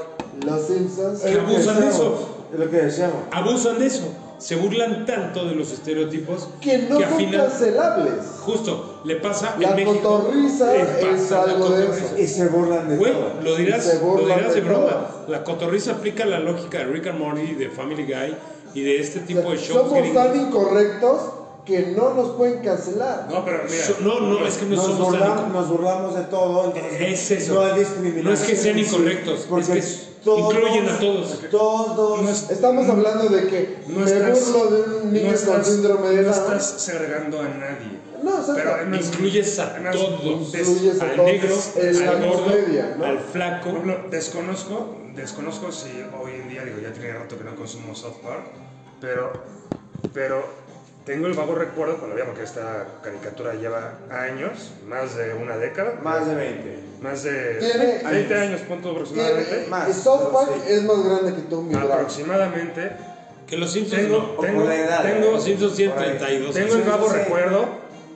Speaker 2: Los Simpsons.
Speaker 1: Que abusan de eso.
Speaker 2: Es lo que decíamos.
Speaker 1: abusan de eso. Se burlan tanto de los estereotipos
Speaker 2: Que no
Speaker 1: al
Speaker 2: son
Speaker 1: final,
Speaker 2: cancelables.
Speaker 1: justo, le pasa
Speaker 2: La
Speaker 1: en México.
Speaker 2: cotorrisa
Speaker 1: le
Speaker 2: es
Speaker 1: pasa la
Speaker 2: algo de
Speaker 1: cotorrisa.
Speaker 2: eso.
Speaker 4: Y se burlan de
Speaker 1: Güey,
Speaker 4: todo.
Speaker 1: lo
Speaker 2: Y se
Speaker 1: dirás, lo
Speaker 2: burlan
Speaker 1: dirás
Speaker 2: de
Speaker 1: de broma.
Speaker 2: todo.
Speaker 1: La cotorriza aplica la lógica de Rick and Morty, de Family Guy y de este tipo de shows.
Speaker 2: Somos
Speaker 1: gringos.
Speaker 2: tan incorrectos que no nos pueden cancelar.
Speaker 5: No, pero mira.
Speaker 1: So- no, no, es que no
Speaker 4: Nos,
Speaker 1: somos tan
Speaker 4: burla-
Speaker 1: inco-
Speaker 4: nos burlamos de todo. entonces
Speaker 1: Es eso.
Speaker 4: No hay discriminación.
Speaker 1: No es que sean incorrectos, es
Speaker 4: Porque
Speaker 1: que incluyen a todos.
Speaker 4: Todos.
Speaker 10: No es-
Speaker 2: Estamos hablando de que me burlo de un niño
Speaker 10: no
Speaker 2: con
Speaker 10: estás-
Speaker 2: síndrome de
Speaker 10: No
Speaker 2: Down.
Speaker 10: estás segregando a nadie.
Speaker 2: No, exacto.
Speaker 10: no es-
Speaker 1: Incluyes a
Speaker 10: además,
Speaker 1: todos.
Speaker 10: des-
Speaker 2: Incluyes a
Speaker 1: Al
Speaker 2: todos
Speaker 1: negro,
Speaker 2: en la
Speaker 1: al gordo,
Speaker 2: comedia, ¿no?
Speaker 1: al
Speaker 5: Por
Speaker 1: flaco.
Speaker 5: ejemplo, desconozco, desconozco si hoy en día, digo, ya tiene rato que no consumo South Park, pero, pero tengo el vago recuerdo, cuando veía, porque esta caricatura lleva años, más de una década.
Speaker 4: Más de 20.
Speaker 5: Más de
Speaker 2: Tiene
Speaker 5: 20 años, punto
Speaker 2: Tiene-
Speaker 5: aproximadamente.
Speaker 4: más,
Speaker 2: South Park
Speaker 4: sí.
Speaker 2: es más grande que tú, mi bravo.
Speaker 5: aproximadamente.
Speaker 1: Que los Simpsons
Speaker 5: Tengo,
Speaker 1: no.
Speaker 5: tengo,
Speaker 4: por la edad,
Speaker 5: tengo,
Speaker 1: Los Simpsons 132.
Speaker 5: Tengo el vago
Speaker 4: Sí.
Speaker 5: recuerdo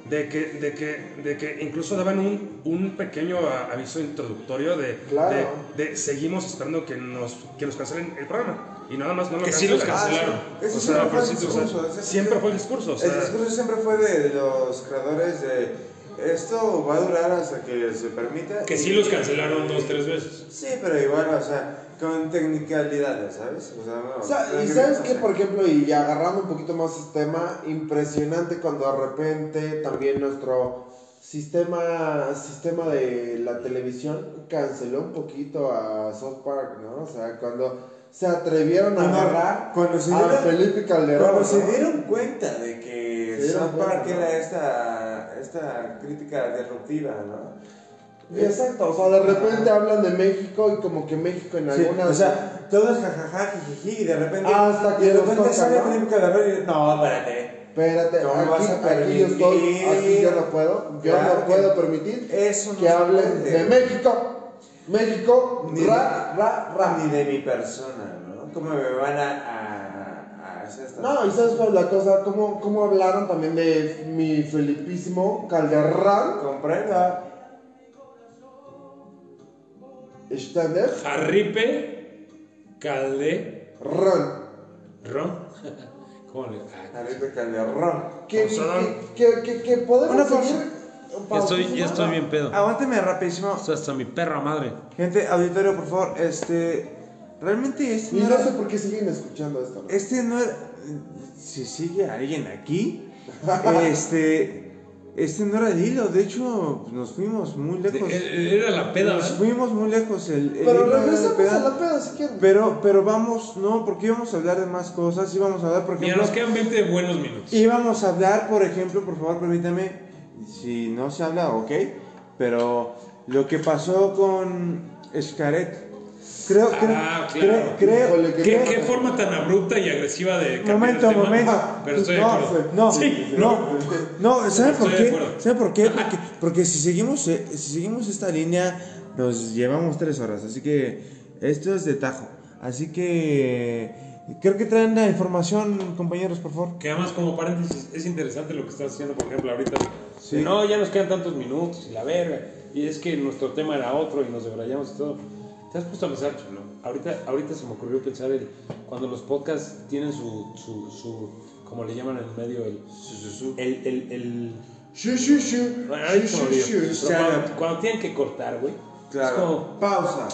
Speaker 5: de que, de, que, de que incluso daban un, un pequeño a- aviso introductorio de,
Speaker 2: Claro.
Speaker 5: de, de seguimos esperando que nos, que nos cancelen el programa. Y nada más no lo
Speaker 1: Que sí los
Speaker 5: cancelan.
Speaker 1: cancelaron.
Speaker 5: O
Speaker 11: Ah, Ese
Speaker 5: sea,
Speaker 11: siempre fue
Speaker 5: pero
Speaker 11: el
Speaker 5: sí, o sea,
Speaker 11: discurso, ese
Speaker 5: siempre fue el discurso. o sea,
Speaker 11: El discurso siempre fue de los creadores de esto va a durar hasta que se permita.
Speaker 1: Que sí los cancelaron dos, tres veces.
Speaker 11: Sí, pero igual, o sea, con technicalidades, ¿sabes? O sea, no,
Speaker 2: O sea, y
Speaker 11: no
Speaker 2: sabes
Speaker 11: sé.
Speaker 2: que, por ejemplo, y agarrando un poquito más el tema, impresionante cuando de repente también nuestro sistema sistema de la televisión canceló un poquito a South Park, ¿no? O sea, cuando se atrevieron a
Speaker 11: Cuando-
Speaker 2: agarrar
Speaker 11: cuando se
Speaker 2: a
Speaker 11: dieron-
Speaker 2: Felipe Calderón.
Speaker 11: Cuando
Speaker 2: ¿no?
Speaker 11: se dieron cuenta de que
Speaker 2: Se dieron
Speaker 11: South Park
Speaker 2: cuenta, ¿no?
Speaker 11: era esta, esta crítica disruptiva, ¿no?
Speaker 2: Y Exacto, o sea, de repente hablan de México y como que México en
Speaker 11: Sí,
Speaker 2: algunas...
Speaker 11: o sea, todo es jajaja, jijiji, y de repente.
Speaker 2: Hasta que
Speaker 11: y de
Speaker 2: los
Speaker 11: repente
Speaker 2: tocan,
Speaker 11: sale
Speaker 2: ¿no?
Speaker 11: Felipe Calderón y No, espérate.
Speaker 2: Espérate,
Speaker 11: ¿Cómo
Speaker 2: aquí,
Speaker 11: vas a
Speaker 2: aquí yo estoy,
Speaker 11: permitir?
Speaker 2: aquí yo no puedo, yo
Speaker 11: Claro
Speaker 2: no
Speaker 11: que-
Speaker 2: puedo permitir
Speaker 11: Eso no
Speaker 2: que
Speaker 11: se
Speaker 2: hablen
Speaker 11: puede.
Speaker 2: de México, México,
Speaker 11: Ni de-
Speaker 2: ra, ra, ra.
Speaker 11: Ni de mi persona, ¿no? ¿Cómo me van a, a, a hacer esto?
Speaker 2: No, y sabes cuál es la cosa, ¿Cómo, cómo hablaron también de mi felipísimo Calderón,
Speaker 11: comprenda.
Speaker 2: Stander,
Speaker 1: Jarripe, Calde,
Speaker 2: Ron.
Speaker 1: Ron. ¿Cómo le.? Ah,
Speaker 11: Felipe Calderón.
Speaker 2: Que,
Speaker 1: Pues,
Speaker 5: Pausadón.
Speaker 2: que, que, que, que podemos
Speaker 4: Una pausa.
Speaker 2: seguir.
Speaker 1: ya, estoy, ya estoy bien pedo.
Speaker 4: Aguántame rapidísimo.
Speaker 1: Esto hasta mi perra madre.
Speaker 4: Gente, auditorio, por favor, este. Realmente este
Speaker 2: Y
Speaker 4: no
Speaker 2: no
Speaker 4: era.
Speaker 2: sé por qué siguen escuchando esto. ¿no?
Speaker 4: Este no era. Si sigue alguien aquí. Este. Este no era el hilo. De hecho, nos fuimos muy
Speaker 2: Pues,
Speaker 4: lejos.
Speaker 1: Eh, Era la peda,
Speaker 4: Nos
Speaker 1: ¿verdad?
Speaker 4: fuimos muy lejos. El, el
Speaker 2: Pero
Speaker 4: hilo era
Speaker 2: regresamos
Speaker 4: peda.
Speaker 2: a la peda si quieren.
Speaker 4: Pero, pero vamos, no, porque íbamos a hablar de más cosas. Íbamos a hablar,
Speaker 2: pues,
Speaker 4: por
Speaker 1: Mira,
Speaker 4: ejemplo.
Speaker 1: nos quedan 20 buenos minutos.
Speaker 4: Íbamos a hablar, por ejemplo, por favor, permítame, si no se habla, ok, pero lo que pasó con Xcaret. Creo, creo,
Speaker 1: Ah, claro.
Speaker 4: creo, creo,
Speaker 2: Híjole,
Speaker 1: ¿Qué,
Speaker 2: creo-
Speaker 1: qué forma tan abrupta y agresiva de cambiar
Speaker 4: Momento,
Speaker 1: el tema?
Speaker 4: momento.
Speaker 1: Ah, Pero estoy de
Speaker 4: no, pues.
Speaker 1: acuerdo.
Speaker 4: no,
Speaker 1: Sí.
Speaker 4: no, no, ¿sabe
Speaker 1: Estoy
Speaker 4: por
Speaker 1: de
Speaker 4: qué?
Speaker 1: acuerdo.
Speaker 4: ¿Sabe por qué? Porque, porque si seguimos eh, si seguimos esta línea nos llevamos tres horas, así que esto es de tajo. Así que creo que traen la información, compañeros, por favor.
Speaker 1: Que además, como paréntesis, es interesante lo que estás haciendo, por ejemplo, ahorita. De, No, ya nos quedan tantos minutos y la verga. Y es que nuestro tema era otro y nos debrayamos y todo. ¿Te has puesto a pensar, Cholo? Ahorita, ahorita se me ocurrió pensar el, cuando los podcasts tienen su, su, su como le llaman en el medio, el, el, el, el-
Speaker 2: Shu, shu, shu.
Speaker 1: bueno, ahorita
Speaker 2: Shu,
Speaker 1: se me
Speaker 2: shu,
Speaker 1: olvidó.
Speaker 2: shu.
Speaker 1: Pero cuando, cuando tienen que cortar, güey, es como,
Speaker 2: Pausa.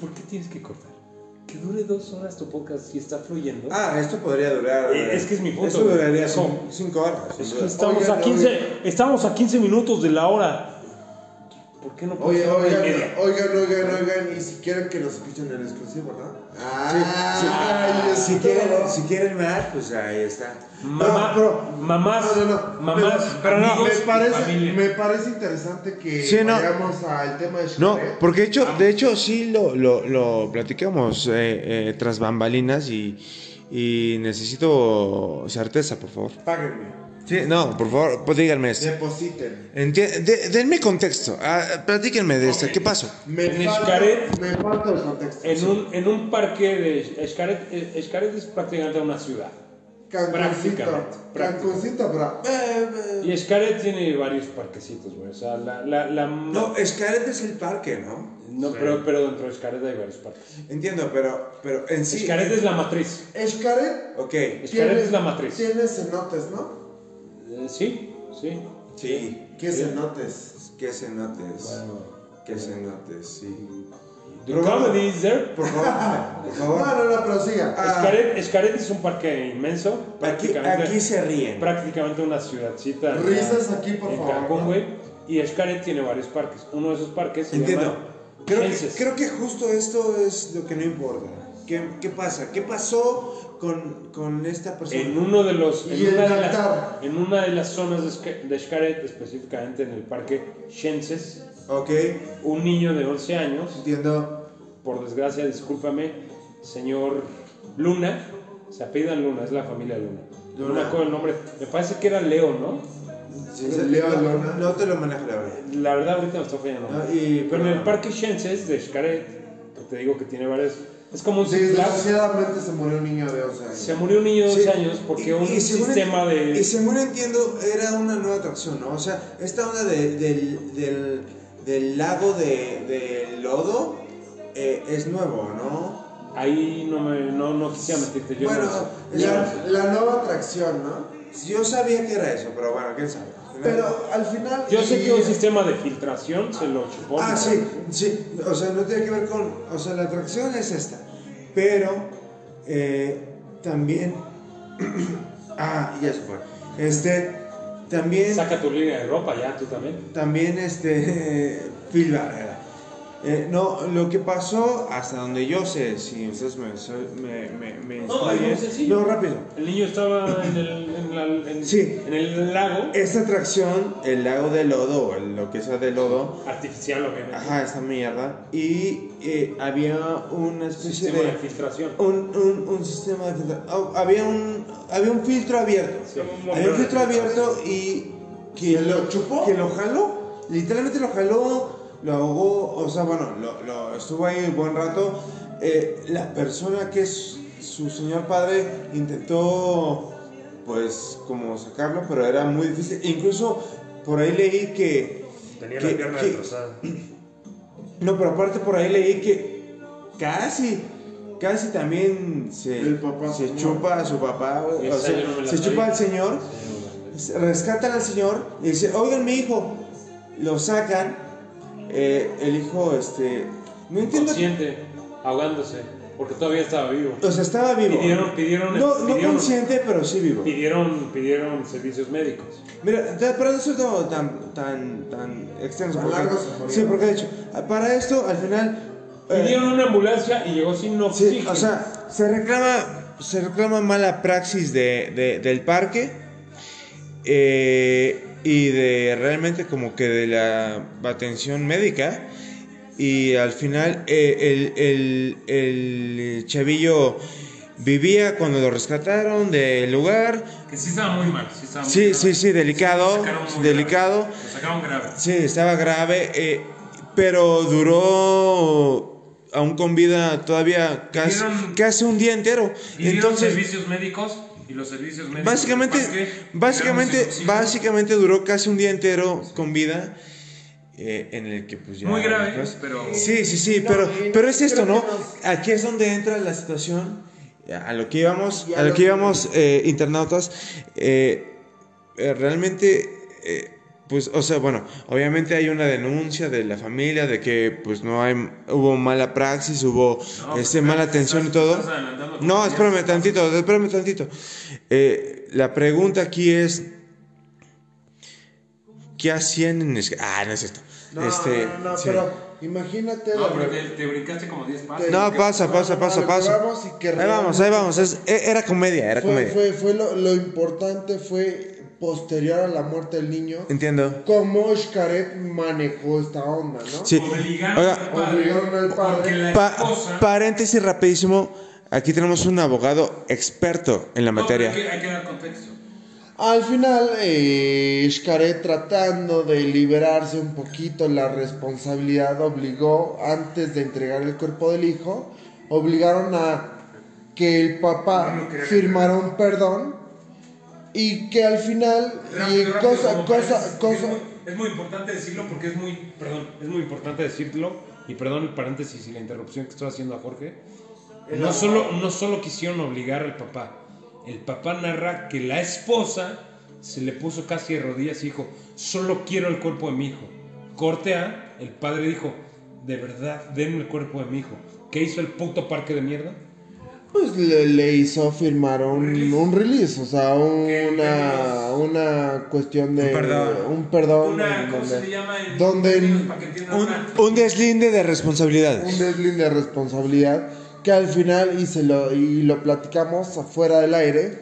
Speaker 1: ¿por qué tienes que cortar? Que dure dos horas tu podcast y está fluyendo.
Speaker 11: Ah, esto podría durar.
Speaker 1: Eh, es que es mi punto,
Speaker 11: Esto
Speaker 1: güey.
Speaker 11: duraría
Speaker 1: Es
Speaker 11: 5
Speaker 1: como-
Speaker 11: horas. sin
Speaker 1: Es que
Speaker 2: pues,
Speaker 11: duda.
Speaker 1: estamos,
Speaker 2: Oigan,
Speaker 1: a 15, estamos a 15 minutos de la hora. ¿Por qué no puede
Speaker 2: Oye,
Speaker 1: ser una y
Speaker 2: oigan,
Speaker 1: media?
Speaker 2: oigan, oigan, oigan, y si quieren que nos escuchen en exclusivo, ¿no? Ay, es
Speaker 11: Si
Speaker 2: todo.
Speaker 11: quieren, si quieren más, pues ahí está.
Speaker 1: Mamá,
Speaker 2: No, pero-
Speaker 1: mamás,
Speaker 2: No, no, no.
Speaker 1: mamás,
Speaker 2: pero, pero no,
Speaker 1: amigos
Speaker 2: me
Speaker 1: y
Speaker 2: parece,
Speaker 1: familia.
Speaker 2: me parece interesante que
Speaker 4: Sí, no.
Speaker 2: vayamos al tema de
Speaker 4: No,
Speaker 11: Pues, eh,
Speaker 2: Xcaret.
Speaker 4: porque de hecho, de hecho sí lo, lo, lo platicamos eh, eh, tras bambalinas y, y necesito certeza, por favor.
Speaker 2: Páguenme,
Speaker 4: Sí, no, por favor, pues díganme esto.
Speaker 2: depositen.
Speaker 4: Enti- de- denme contexto, ah, platíquenme de esto, ¿qué pasó?
Speaker 2: Me
Speaker 1: En
Speaker 2: falta-
Speaker 1: Xcaret-
Speaker 2: me falta el contexto.
Speaker 1: En un, en un parque de Xcaret, eh, Xcaret es prácticamente una ciudad.
Speaker 2: Cancuncito,
Speaker 1: prácticamente,
Speaker 2: Cancuncito, bra.
Speaker 1: Y Xcaret tiene varios parquecitos, güey. O sea, la... la, la-
Speaker 11: No, Xcaret es el parque, ¿no?
Speaker 1: No, pero, pero dentro de Xcaret hay varios parques.
Speaker 11: Entiendo, pero, pero en sí.
Speaker 1: Xcaret
Speaker 2: eh.
Speaker 1: es la matriz.
Speaker 2: Xcaret
Speaker 11: Ok,
Speaker 1: Xcaret es la matriz.
Speaker 2: Tiene cenotes, ¿no?
Speaker 1: Eh, sí, sí.
Speaker 11: sí.
Speaker 2: ¿Qué cenotes?
Speaker 11: Que se notes.
Speaker 2: Ah,
Speaker 1: Bueno.
Speaker 11: Que se notes, sí.
Speaker 1: The comedy is there.
Speaker 11: Por favor, por
Speaker 2: No,
Speaker 11: favor.
Speaker 2: no, no, pero Ah, siga.
Speaker 1: Xcaret, Xcaret es un parque inmenso.
Speaker 11: Aquí,
Speaker 1: prácticamente-
Speaker 11: aquí se ríen.
Speaker 1: prácticamente una ciudadcita. en-
Speaker 2: Risas aquí, por
Speaker 1: en
Speaker 2: favor,
Speaker 1: Cancún,
Speaker 2: ¿no?
Speaker 1: güey. Y Xcaret tiene varios parques. Uno de esos parques se
Speaker 11: Entiendo.
Speaker 1: llama
Speaker 11: Creo que,
Speaker 1: Chenses.
Speaker 11: creo que justo esto es lo que no importa. ¿Qué, qué pasa? ¿Qué pasó con, con esta persona?
Speaker 1: En uno de los.
Speaker 2: Y
Speaker 1: En una
Speaker 2: el
Speaker 1: de, las,
Speaker 2: altar.
Speaker 1: en una de las zonas de Xca- de Xcaret, específicamente en el parque Chenses,
Speaker 11: Ok,
Speaker 1: un niño de 11 años,
Speaker 11: entiendo.
Speaker 1: por desgracia, discúlpame, señor Luna, se apellidan Luna, es la familia Luna. No me acuerdo el nombre, me parece que era Leo, ¿no?
Speaker 2: Leo
Speaker 11: no,
Speaker 2: Lona.
Speaker 11: no te lo manejo la verdad.
Speaker 1: La
Speaker 2: Ah,
Speaker 1: verdad, ahorita me está fallando.
Speaker 11: No, y,
Speaker 1: Pero en el Parque Chenses de Xcaret, que te digo que tiene varias
Speaker 12: Es como un Six Flags.
Speaker 2: Desgraciadamente se murió un niño de 11 años.
Speaker 12: Se murió un niño de 11
Speaker 4: Sí.
Speaker 12: años porque
Speaker 4: Y-
Speaker 12: un
Speaker 4: y según
Speaker 12: sistema
Speaker 4: en- Y
Speaker 12: de...
Speaker 4: según entiendo, era una nueva atracción, ¿no? O sea, esta onda de- del, del, del lago de, de lodo eh, es nuevo, ¿no?
Speaker 12: Ahí no, me, no, no quisiera mentirte. Yo
Speaker 4: Bueno,
Speaker 12: no, yo no
Speaker 2: La,
Speaker 12: sé.
Speaker 2: la nueva atracción, ¿no?
Speaker 4: Yo sabía que era eso, pero bueno, quién sabe.
Speaker 2: Pero al final.
Speaker 12: Yo sé
Speaker 2: y-
Speaker 12: que un sistema de filtración se lo chupó.
Speaker 4: Ah,
Speaker 12: ¿no?
Speaker 4: sí, sí. O sea, no tiene que ver con. O sea, la atracción es esta. Pero eh, también. ah, ya se fue. Este. También.
Speaker 12: Saca tu línea de ropa ya, tú también.
Speaker 4: También este. Phil Barrera. Eh, no, lo que pasó, hasta donde yo sé, si ustedes me. me, me, me
Speaker 12: No, es muy
Speaker 4: bien.
Speaker 12: sencillo.
Speaker 4: No, rápido.
Speaker 12: El niño estaba en el, en la- en-
Speaker 4: Sí.
Speaker 12: en el lago
Speaker 4: Esta atracción, el lago de lodo, o el- lo que sea de lodo,
Speaker 12: artificial, obviamente.
Speaker 4: ajá, esta mierda, y eh, había una especie
Speaker 12: sistema de
Speaker 4: de
Speaker 12: filtración.
Speaker 4: un, un, un sistema de filtro. ah, Había un, había un filtro abierto. Había un filtro abierto y. Que
Speaker 2: ¿Se lo chupó?
Speaker 4: Que lo jaló. Literalmente lo jaló, lo ahogó. O sea, bueno, lo, lo- estuvo ahí un buen rato. Eh, la persona que es su señor padre intentó, pues, como sacarlo, pero era muy difícil. Incluso por ahí leí que.
Speaker 5: Tenía
Speaker 4: que-
Speaker 5: la pierna
Speaker 4: que-
Speaker 5: destrozada.
Speaker 4: no, pero aparte por ahí leí que casi, casi también se,
Speaker 2: El papá
Speaker 4: se
Speaker 2: se
Speaker 4: chupa a su papá, güey.
Speaker 12: Esa
Speaker 4: o sea,
Speaker 12: yo no me la
Speaker 4: se chupa
Speaker 12: sabía.
Speaker 4: al señor, se- rescatan al señor y dice, oigan mi hijo, lo sacan, eh, el hijo, este, no entiendo,
Speaker 12: Consciente, ahogándose, porque todavía estaba vivo.
Speaker 4: o sea, estaba vivo.
Speaker 12: Pidieron- pidieron-
Speaker 4: no, no
Speaker 12: pidieron-
Speaker 4: consciente, pero sí vivo.
Speaker 12: Pidieron, pidieron servicios médicos.
Speaker 4: Mira, te- pero no es todo tan, tan, tan extenso.
Speaker 2: Tan
Speaker 4: porque-
Speaker 2: largo se murió.
Speaker 4: sí, porque de hecho, para esto, al final... eh,
Speaker 12: Pidieron una ambulancia y llegó sin oxígeno.
Speaker 4: Sí, o sea, se reclama, se reclama mala praxis de, de- del parque eh, y de realmente como que de la atención médica. Y al final eh, el, el- el chavillo vivía cuando lo rescataron del lugar.
Speaker 1: Que sí estaba muy mal. Sí, estaba muy
Speaker 4: Sí,
Speaker 1: grave.
Speaker 4: sí, sí, delicado.
Speaker 1: Lo sacaron muy
Speaker 4: Delicado.
Speaker 1: grave. Lo sacaron grave.
Speaker 4: Sí, estaba grave, eh, pero duró aún con vida todavía casi,
Speaker 1: Pidieron-
Speaker 4: casi un día entero.
Speaker 1: Pidieron
Speaker 4: Entonces,
Speaker 1: servicios médicos y los servicios médicos.
Speaker 4: básicamente,
Speaker 1: del parque
Speaker 4: básicamente,
Speaker 1: quedaron sin oxígeno.
Speaker 4: básicamente duró casi un día entero con vida. eh, en el que pues ya
Speaker 1: Muy grave,
Speaker 4: después-
Speaker 1: pero-
Speaker 4: sí sí sí
Speaker 2: No,
Speaker 4: pero
Speaker 2: y
Speaker 4: pero es esto
Speaker 2: creo
Speaker 4: no
Speaker 2: que
Speaker 4: aquí es donde entra la situación a lo que íbamos
Speaker 2: Y a
Speaker 4: a lo
Speaker 2: lo
Speaker 4: que
Speaker 2: que-
Speaker 4: íbamos eh, internautas eh, eh, realmente, eh, pues, o sea, bueno, obviamente hay una denuncia de la familia de que, pues, no hay, hubo mala praxis, hubo
Speaker 1: No,
Speaker 4: este,
Speaker 1: pero
Speaker 4: mala
Speaker 1: estás-
Speaker 4: atención y
Speaker 1: pues, estás-
Speaker 4: todo.
Speaker 1: estás adelantando tu
Speaker 4: No,
Speaker 1: opinión.
Speaker 4: espérame tantito, espérame tantito. Eh, la pregunta aquí es, ¿qué hacían en Esca- Ah, no es cierto.
Speaker 2: No,
Speaker 4: Este,
Speaker 2: no, no,
Speaker 4: sí.
Speaker 2: pero imagínate.
Speaker 1: No,
Speaker 2: la-
Speaker 1: pero te, te brincaste como 10 pasos.
Speaker 4: No,
Speaker 2: que-
Speaker 4: pasa,
Speaker 2: no,
Speaker 4: pasa,
Speaker 2: no,
Speaker 4: pasa,
Speaker 2: lo que
Speaker 4: pasa.
Speaker 2: vamos y que
Speaker 4: Ahí vamos, ahí vamos. es- e- era comedia, era
Speaker 2: Fue,
Speaker 4: comedia.
Speaker 2: fue, fue lo, lo importante fue posterior a la muerte del niño.
Speaker 4: Entiendo.
Speaker 2: Cómo Xcaret manejó esta onda, ¿no?
Speaker 4: Sí.
Speaker 1: Obligaron
Speaker 4: Oiga,
Speaker 1: al padre.
Speaker 2: obligaron al padre.
Speaker 1: Porque la
Speaker 4: Pa-
Speaker 1: esposa.
Speaker 4: paréntesis rapidísimo. Aquí tenemos un abogado experto en la
Speaker 1: No, pero
Speaker 4: materia.
Speaker 1: hay que- hay que dar contexto.
Speaker 2: Al final, eh, Xcaret tratando de liberarse un poquito la responsabilidad, obligó, antes de entregar el cuerpo del hijo, obligaron a que el papá firmara un perdón y que al final, y
Speaker 1: Rápido, rápido,
Speaker 2: cosa,
Speaker 1: como
Speaker 2: cosa,
Speaker 1: paréntesis,
Speaker 2: cosa,
Speaker 1: Es muy, es muy importante decirlo porque es muy, perdón, es muy importante decirlo. Y perdón el paréntesis y la interrupción que estoy haciendo a Jorge. No solo, no solo quisieron obligar al papá. El papá narra que la esposa se le puso casi de rodillas y dijo, solo quiero el cuerpo de mi hijo. Corte A, el padre dijo, de verdad, denme el cuerpo de mi hijo. ¿Qué hizo el puto parque de mierda?
Speaker 2: pues le, le hizo firmar un, un release, o sea, una, una cuestión de
Speaker 4: Un perdón.
Speaker 2: un perdón
Speaker 1: Una,
Speaker 2: en
Speaker 1: ¿Cómo se
Speaker 2: donde-
Speaker 1: le llama? en-
Speaker 2: donde
Speaker 1: en- para que entiendan
Speaker 4: Un,
Speaker 1: una-
Speaker 4: un deslinde de responsabilidades.
Speaker 2: un deslinde de responsabilidad que al final y se lo y lo platicamos afuera del aire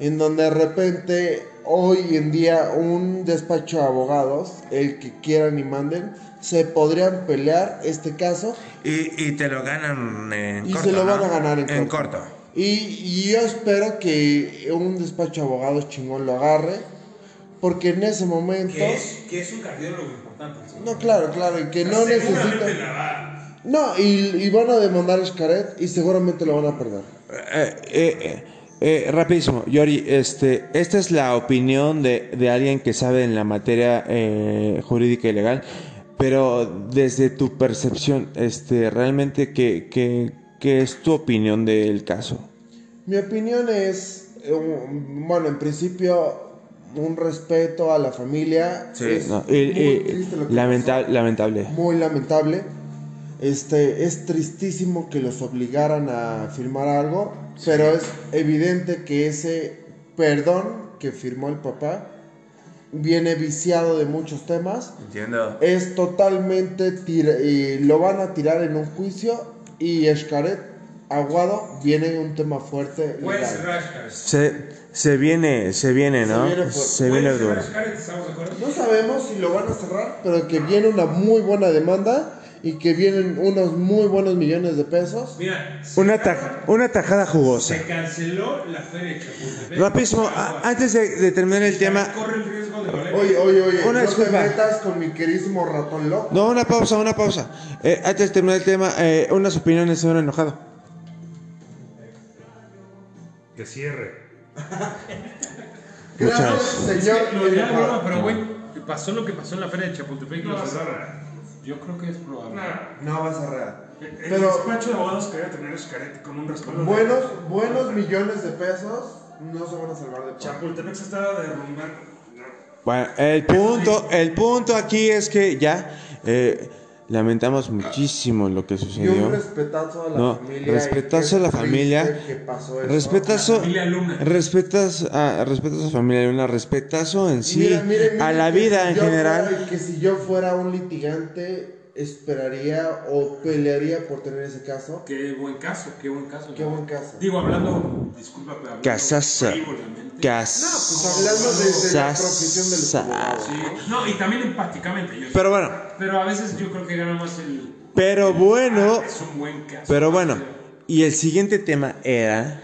Speaker 2: en donde de repente hoy en día un despacho de abogados el que quieran y manden se podrían pelear este caso
Speaker 13: Y, y te lo ganan en
Speaker 2: y
Speaker 13: corto.
Speaker 2: se lo van
Speaker 13: ¿no?
Speaker 2: a ganar en,
Speaker 13: En
Speaker 2: corto.
Speaker 13: corto.
Speaker 2: Y, y yo espero que un despacho de abogados chingón lo agarre porque en ese momento
Speaker 1: que es, que es un cardiólogo importante.
Speaker 2: no claro claro y que no
Speaker 1: Seguramente
Speaker 2: necesita
Speaker 1: la va-
Speaker 2: No, y, y van a demandar a Xcaret y seguramente lo van a perder.
Speaker 4: Eh, eh, eh, eh, rapidísimo, Yori, este, esta es la opinión de, de alguien que sabe en la materia eh, jurídica y legal, pero desde tu percepción, este, realmente, ¿qué, qué, qué es tu opinión del caso?
Speaker 2: Mi opinión es, eh, un- bueno, en principio, un respeto a la familia. es
Speaker 4: No, eh,
Speaker 2: muy
Speaker 4: eh,
Speaker 2: triste lo que
Speaker 4: lamenta- lamentable.
Speaker 2: pasó, Muy lamentable. Este, es tristísimo que los obligaran a firmar algo, pero es evidente que ese perdón que firmó el papá viene viciado de muchos temas
Speaker 14: Entiendo.
Speaker 2: es totalmente tira- y lo van a tirar en un juicio y Escaret Aguado viene un tema fuerte
Speaker 1: Puedes
Speaker 2: legal.
Speaker 1: cerrar, Xcaret.
Speaker 4: Se, se viene, se viene, ¿no?
Speaker 2: viene fuerte.
Speaker 4: Se viene
Speaker 1: Puedes cerrar,
Speaker 4: duro.
Speaker 1: Xcaret, ¿estamos de acuerdo?
Speaker 2: no sabemos si lo van a cerrar pero que viene una muy buena demanda y que vienen unos muy buenos millones de pesos
Speaker 1: Mira, se
Speaker 4: Una, taj- una tajada jugosa.
Speaker 1: se canceló la feria de Chapultepec.
Speaker 4: Rapidísimo, a- antes de, de terminar el tema,
Speaker 1: Corre el riesgo de valer.
Speaker 2: oye oye oye
Speaker 4: Una
Speaker 2: no
Speaker 4: disculpa.
Speaker 2: te metas con mi queridísimo ratón loco
Speaker 4: no, una pausa, una pausa. Eh, antes de terminar el tema, eh, unas opiniones, señor enojado.
Speaker 5: Que cierre.
Speaker 2: gracias señor
Speaker 1: Lo dirá
Speaker 2: enojado.
Speaker 1: broma, pero güey, pasó lo que pasó en la feria de Chapultepec y lo
Speaker 5: No,
Speaker 1: cerraron.
Speaker 5: cerrar.
Speaker 1: Yo creo que es probable.
Speaker 15: No vas a real.
Speaker 1: Eh,
Speaker 5: El
Speaker 2: Pero-
Speaker 5: despacho de abogados quería tener a Xcaret con un respaldo.
Speaker 2: buenos buenos millones de pesos no se van a salvar de pobre.
Speaker 5: Chapultepec se estaba derrumbando. No.
Speaker 4: Bueno, el punto, el punto aquí es que ya eh, lamentamos muchísimo lo que
Speaker 2: y un
Speaker 4: sucedió.
Speaker 2: respetazo a la
Speaker 4: No,
Speaker 2: familia y
Speaker 4: respetazo
Speaker 2: qué
Speaker 4: a la familia.
Speaker 2: triste que pasó eso.
Speaker 4: Respetazo,
Speaker 1: Familia Luna.
Speaker 4: respetas a, respetas a familia, una respetazo en sí,
Speaker 2: Mira, mira, mira
Speaker 4: a la
Speaker 2: que
Speaker 4: vida
Speaker 2: si
Speaker 4: en
Speaker 2: yo
Speaker 4: general.
Speaker 2: fuera- que si yo fuera un litigante, esperaría o pelearía por tener ese caso.
Speaker 1: Qué buen caso, qué buen caso.
Speaker 2: Qué buen caso.
Speaker 1: Digo, hablando, disculpa, pero hablando
Speaker 4: Casaza.
Speaker 1: frívolamente.
Speaker 2: Pues
Speaker 4: Cas-
Speaker 2: hablando desde la
Speaker 4: Sas-
Speaker 2: profesión del abogado.
Speaker 1: Sí. No, y también empáticamente. yo sé.
Speaker 4: Pero bueno,
Speaker 1: Pero a veces yo creo que gana más el.
Speaker 4: pero bueno,
Speaker 1: Es un buen caso.
Speaker 4: pero bueno. Y el siguiente tema era,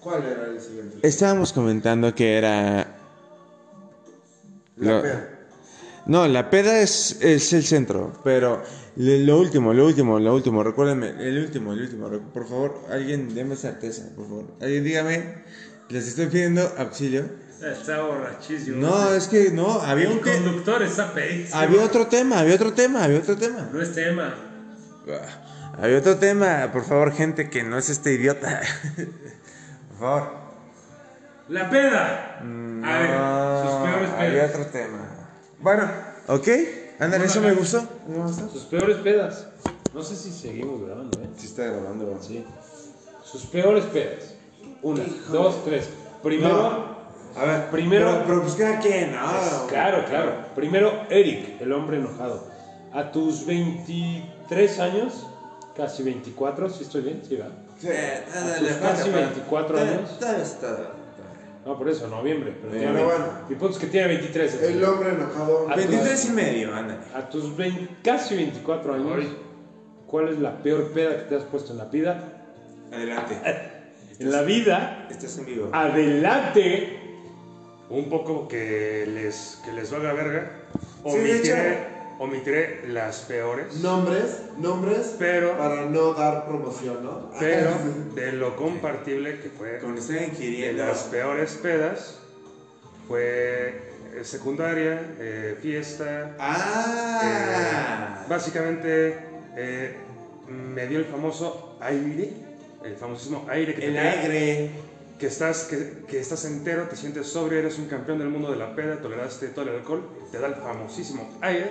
Speaker 2: ¿Cuál era el siguiente?
Speaker 4: estábamos comentando que era
Speaker 2: La
Speaker 4: lo-
Speaker 2: peda.
Speaker 4: No, la peda es, es el centro, pero le- lo último, lo último, lo último, recuérdenme, el último, el último, recu- por favor, alguien déme certeza, por favor. Alguien dígame, les estoy pidiendo auxilio.
Speaker 1: Está borrachísimo.
Speaker 4: No, es que no, había un
Speaker 1: El
Speaker 4: te-
Speaker 1: conductor está pedísimo.
Speaker 4: había otro tema, había otro tema, había otro tema.
Speaker 1: No es tema.
Speaker 4: Ah, Había otro tema, por favor, gente que no es este idiota. por favor.
Speaker 1: La peda.
Speaker 4: Mm,
Speaker 1: a ver, sus peores
Speaker 4: había
Speaker 1: pedas.
Speaker 4: otro tema. Bueno, ok, ándale, eso me gustó. ¿Me gustó?
Speaker 16: Sus peores pedas. No sé si seguimos grabando, ¿eh?
Speaker 4: Sí está grabando.
Speaker 16: Sí. Sus peores pedas. Una, dos, tres. Primero,
Speaker 15: A ver,
Speaker 16: Primero-
Speaker 15: Pero, pero pues cada quien, ¿no?
Speaker 16: claro, claro. Primero, Eric, el hombre enojado. A tus 23 años, casi 24, si estoy bien, sí, ¿verdad?
Speaker 15: Sí.
Speaker 16: A tus casi 24 años.
Speaker 15: Todavía está.
Speaker 16: No, por eso, noviembre. Pero
Speaker 15: Eh,
Speaker 16: tiene
Speaker 5: Eh,
Speaker 2: Pero
Speaker 16: 20.
Speaker 2: bueno.
Speaker 16: Mi punto es que tiene 23. así.
Speaker 2: El hombre enojado.
Speaker 5: Ah,
Speaker 16: A
Speaker 5: pues,
Speaker 16: tus-
Speaker 15: 23 y medio, ándale.
Speaker 16: A tus 20 casi 24 años, ¿cuál es la peor peda que te has puesto en la vida?
Speaker 15: Adelante.
Speaker 16: En la vida, Ah.
Speaker 15: Estás en vivo.
Speaker 16: adelante.
Speaker 5: Un poco que les, que les valga verga.
Speaker 15: Sí, de
Speaker 5: Omitiré, omitiré las peores.
Speaker 2: Nombres, nombres,
Speaker 5: ah. Pero-
Speaker 2: para no dar promoción, ¿no?
Speaker 5: Pero de lo compartible que fue
Speaker 15: Como estoy
Speaker 5: de
Speaker 15: inquiriendo.
Speaker 5: las peores pedas fue eh, secundaria, eh, fiesta.
Speaker 15: Ah.
Speaker 5: Eh, básicamente eh, me dio el famoso aire, el famosísimo aire que te
Speaker 15: El
Speaker 5: pega,
Speaker 15: aire.
Speaker 5: que estás, que, que estás entero, te sientes sobrio, eres un campeón del mundo de la peda, toleraste todo el alcohol, te da el famosísimo aire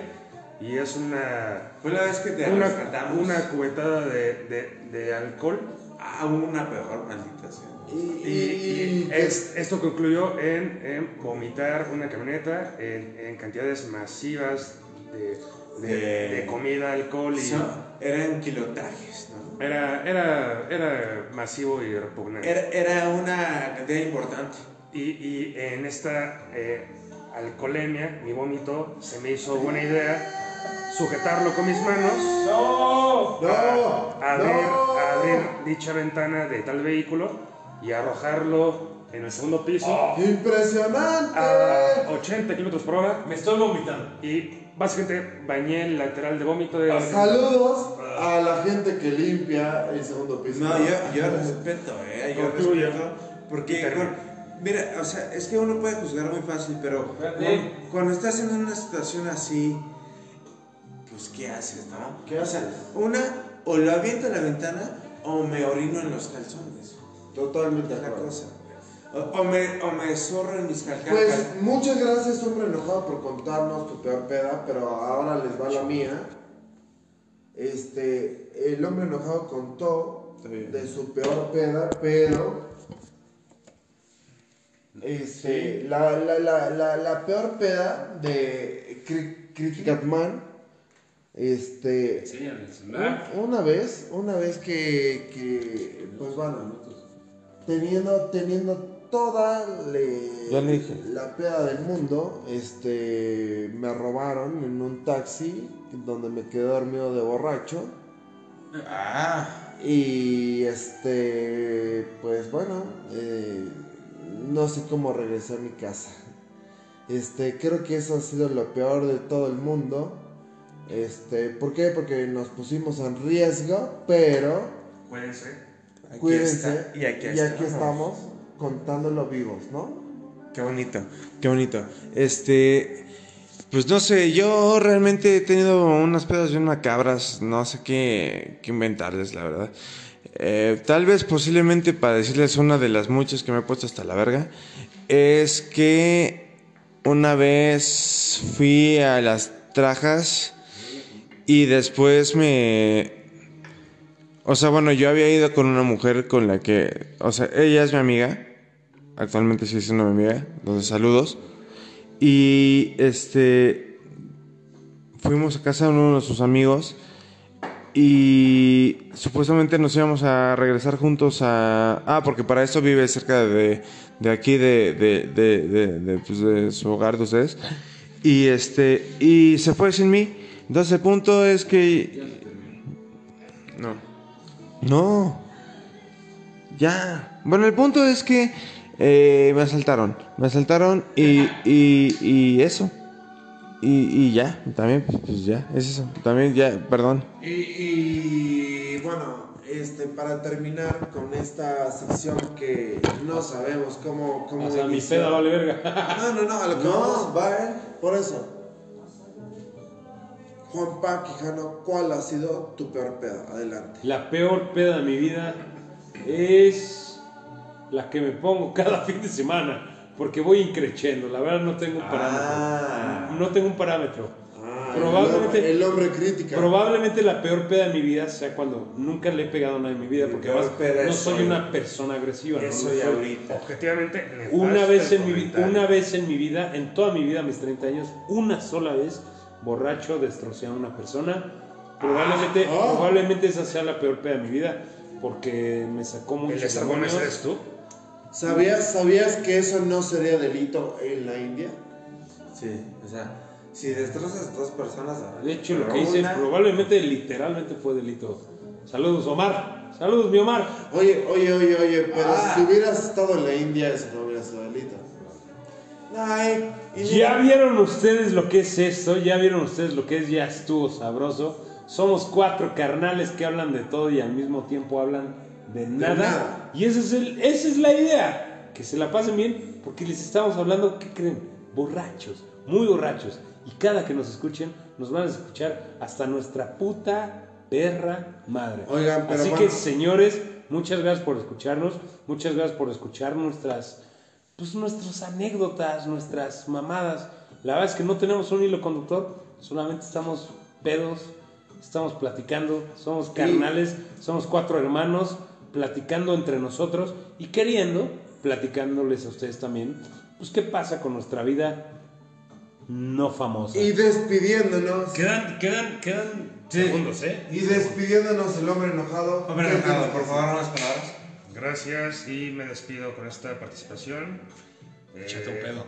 Speaker 5: y es una
Speaker 15: Fue la vez que te
Speaker 5: una,
Speaker 15: rescatamos.
Speaker 5: una cubetada de, de- de alcohol
Speaker 15: Ah, una peor, maldita sea.
Speaker 2: Y,
Speaker 5: y, y es- esto concluyó en, en vomitar una camioneta en, en cantidades masivas de, de-
Speaker 15: De-
Speaker 5: de comida, alcohol y...
Speaker 15: Son- eran kilotajes, ¿no?
Speaker 5: Era, era, era masivo y repugnante.
Speaker 15: Era, era una cantidad importante.
Speaker 5: Y, y en esta eh, alcoholemia, mi vómito, se me hizo buena idea sujetarlo con mis manos,
Speaker 1: ¡No!
Speaker 2: No,
Speaker 5: abrir,
Speaker 2: no.
Speaker 5: abrir dicha ventana de tal vehículo y arrojarlo en el segundo piso
Speaker 2: Impresionante.
Speaker 5: a 80 kilómetros por hora.
Speaker 1: Me estoy vomitando.
Speaker 5: Y básicamente bañé el lateral de vómito de...
Speaker 2: Saludos
Speaker 5: Ah.
Speaker 2: a la gente que limpia el segundo piso.
Speaker 17: No, yo, yo respeto, eh, yo
Speaker 5: Orgullo.
Speaker 17: respeto. Porque,
Speaker 5: Pero-
Speaker 17: bueno, mira, o sea, es que uno puede juzgar muy fácil, pero
Speaker 18: Espérate.
Speaker 17: cu- cuando estás en una situación así, pues, ¿qué haces, no?
Speaker 2: ¿Qué haces?
Speaker 17: Una, o lo aviento a la ventana, o me orino en los calzones.
Speaker 2: Totalmente
Speaker 17: Es la
Speaker 2: acuerdo.
Speaker 17: cosa. O, o me, o me zorro en mis calcancas.
Speaker 2: Pues muchas gracias, hombre enojado, por contarnos tu peor peda, pero ahora les va la mía. Este, el hombre enojado contó de su peor peda, pero. Este, la, la, la, la, la peor peda de Cri- Criticat Man. Este,
Speaker 18: Enseñan el celular.
Speaker 2: una vez, una vez que, que, pues bueno, teniendo, teniendo toda le-
Speaker 4: Ya le dije.
Speaker 2: la peda del mundo, este, me robaron en un taxi donde me quedé dormido de borracho
Speaker 17: Ah,
Speaker 2: y este, pues bueno, eh, no sé cómo regresé a mi casa. Este, creo que eso ha sido lo peor de todo el mundo. Este, ¿por qué? Porque nos pusimos en riesgo, pero
Speaker 5: Cuídense.
Speaker 17: aquí
Speaker 2: Cuídense.
Speaker 17: está, Y aquí,
Speaker 2: y aquí
Speaker 17: estamos.
Speaker 2: estamos contándolo vivos, ¿no?
Speaker 4: Qué bonito, qué bonito. Este, pues no sé, yo realmente he tenido unas pedas bien macabras, no sé qué, qué inventarles, la verdad. Eh, tal vez posiblemente para decirles una de las muchas que me he puesto hasta la verga, es que una vez fui a las trajas y después me... O sea, bueno, yo había ido con una mujer con la que... O sea, ella es mi amiga. Actualmente sí es una amiga, entonces saludos. Y este. Fuimos a casa de uno de sus amigos. Y supuestamente nos íbamos a regresar juntos a. Ah, porque para eso vive cerca de, de aquí, de, de, de- de- de, pues, de su hogar de ustedes. Y este. Y se fue sin mí. Entonces el punto es que. No. No. Ya. Bueno, el punto es que eh, me asaltaron. Me asaltaron y, y, y eso. Y, y ya, también, pues, pues ya, es eso. También, ya, perdón.
Speaker 2: Y, y, bueno, este, para terminar con esta sección que no sabemos cómo,
Speaker 16: Ah,
Speaker 2: cómo
Speaker 18: O sea, mi
Speaker 2: iniciar.
Speaker 18: peda vale verga.
Speaker 2: Ah, No, no, no, a lo que vamos va él. Por eso. Juan Pa Quijano, ¿cuál ha sido tu peor peda? Adelante.
Speaker 18: La peor peda de mi vida es la que me pongo cada fin de semana, porque voy increchendo. La verdad no tengo un parámetro.
Speaker 17: Ah,
Speaker 18: No tengo un parámetro. Probablemente-
Speaker 2: Ah, El hombre, el hombre crítica.
Speaker 18: Probablemente la peor peda de mi vida sea cuando nunca le he pegado a nadie en mi vida, porque
Speaker 17: peor
Speaker 18: además
Speaker 17: peda
Speaker 18: no
Speaker 17: es
Speaker 18: soy
Speaker 17: hoy.
Speaker 18: una persona agresiva. ¿no?
Speaker 17: eso
Speaker 18: No
Speaker 17: ya
Speaker 18: soy-
Speaker 17: ahorita.
Speaker 5: Objetivamente, nefasto
Speaker 18: Una vez,
Speaker 5: el
Speaker 18: en mi, vi-
Speaker 5: comentario.
Speaker 18: una vez en mi vida, en toda mi vida, a mis 30 años, una sola vez, borracho, destrocé a una persona.
Speaker 17: Ah,
Speaker 18: Probablemente,
Speaker 17: oh.
Speaker 18: probablemente esa sea la peor peda de mi vida, porque me sacó
Speaker 5: El
Speaker 18: muchos
Speaker 5: Estragones
Speaker 18: demonios.
Speaker 5: eres tú.
Speaker 2: ¿Sabías, ¿Sabías que eso no sería delito en la India?
Speaker 17: Sí, o sea, si destrozas a dos personas.
Speaker 18: De hecho, lo
Speaker 17: pero
Speaker 18: que hice
Speaker 17: una-
Speaker 18: probablemente, literalmente fue delito. Saludos, Omar. Saludos, mi Omar.
Speaker 2: Oye, oye, oye, oye, pero
Speaker 17: Ah.
Speaker 2: si hubieras estado en la India, eso no hubiera sido delito.
Speaker 17: Ay, y
Speaker 18: Ya
Speaker 17: mira,
Speaker 18: vieron ustedes lo que es esto, ya vieron ustedes lo que es ya estuvo sabroso. Somos cuatro carnales que hablan de todo y al mismo tiempo hablan de nada.
Speaker 2: nada.
Speaker 18: Y ese es el, esa es la idea, que se la pasen bien, porque les estamos hablando, ¿qué creen? Borrachos, muy borrachos. Y cada que nos escuchen, nos van a escuchar hasta nuestra puta perra madre.
Speaker 2: Oigan, pero
Speaker 18: Así
Speaker 2: bueno.
Speaker 18: que, señores, muchas gracias por escucharnos, muchas gracias por escuchar nuestras pues nuestras anécdotas, nuestras mamadas. La verdad es que no tenemos un hilo conductor, solamente estamos pedos, estamos platicando, somos carnales, somos cuatro hermanos platicando entre nosotros y queriendo, platicándoles a ustedes también, pues qué pasa con nuestra vida no famosa.
Speaker 2: Y despidiéndonos,
Speaker 5: Quedan, quedan, quedan segundos, ¿eh?
Speaker 2: y despidiéndonos el hombre enojado.
Speaker 17: Hombre
Speaker 2: ¿qué
Speaker 17: enojado,
Speaker 2: tienes
Speaker 17: por
Speaker 2: que
Speaker 17: favor, unas palabras.
Speaker 5: Gracias y me despido con esta participación. Échate un pedo.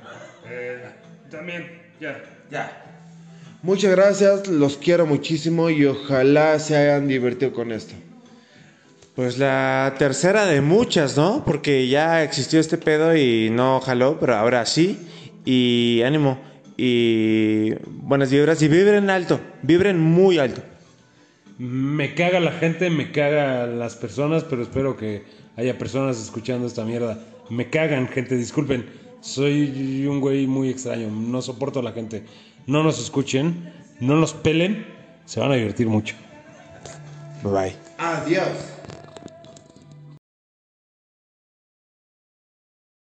Speaker 5: también, ya.
Speaker 17: Ya.
Speaker 2: decir? Muchas gracias, los quiero muchísimo y ojalá se hayan divertido con esto.
Speaker 4: Pues la tercera de muchas, ¿no? Porque ya existió este pedo y no jaló, pero ahora sí. Y ánimo. Y buenas vibras. Y vibren alto. Vibren muy alto.
Speaker 18: Me caga la gente, me caga las personas, pero espero que haya personas escuchando esta mierda. Me cagan, gente, disculpen. Soy un güey muy extraño, no soporto a la gente. No nos escuchen, no nos pelen, se van a divertir mucho. Bye bye.
Speaker 2: Adiós.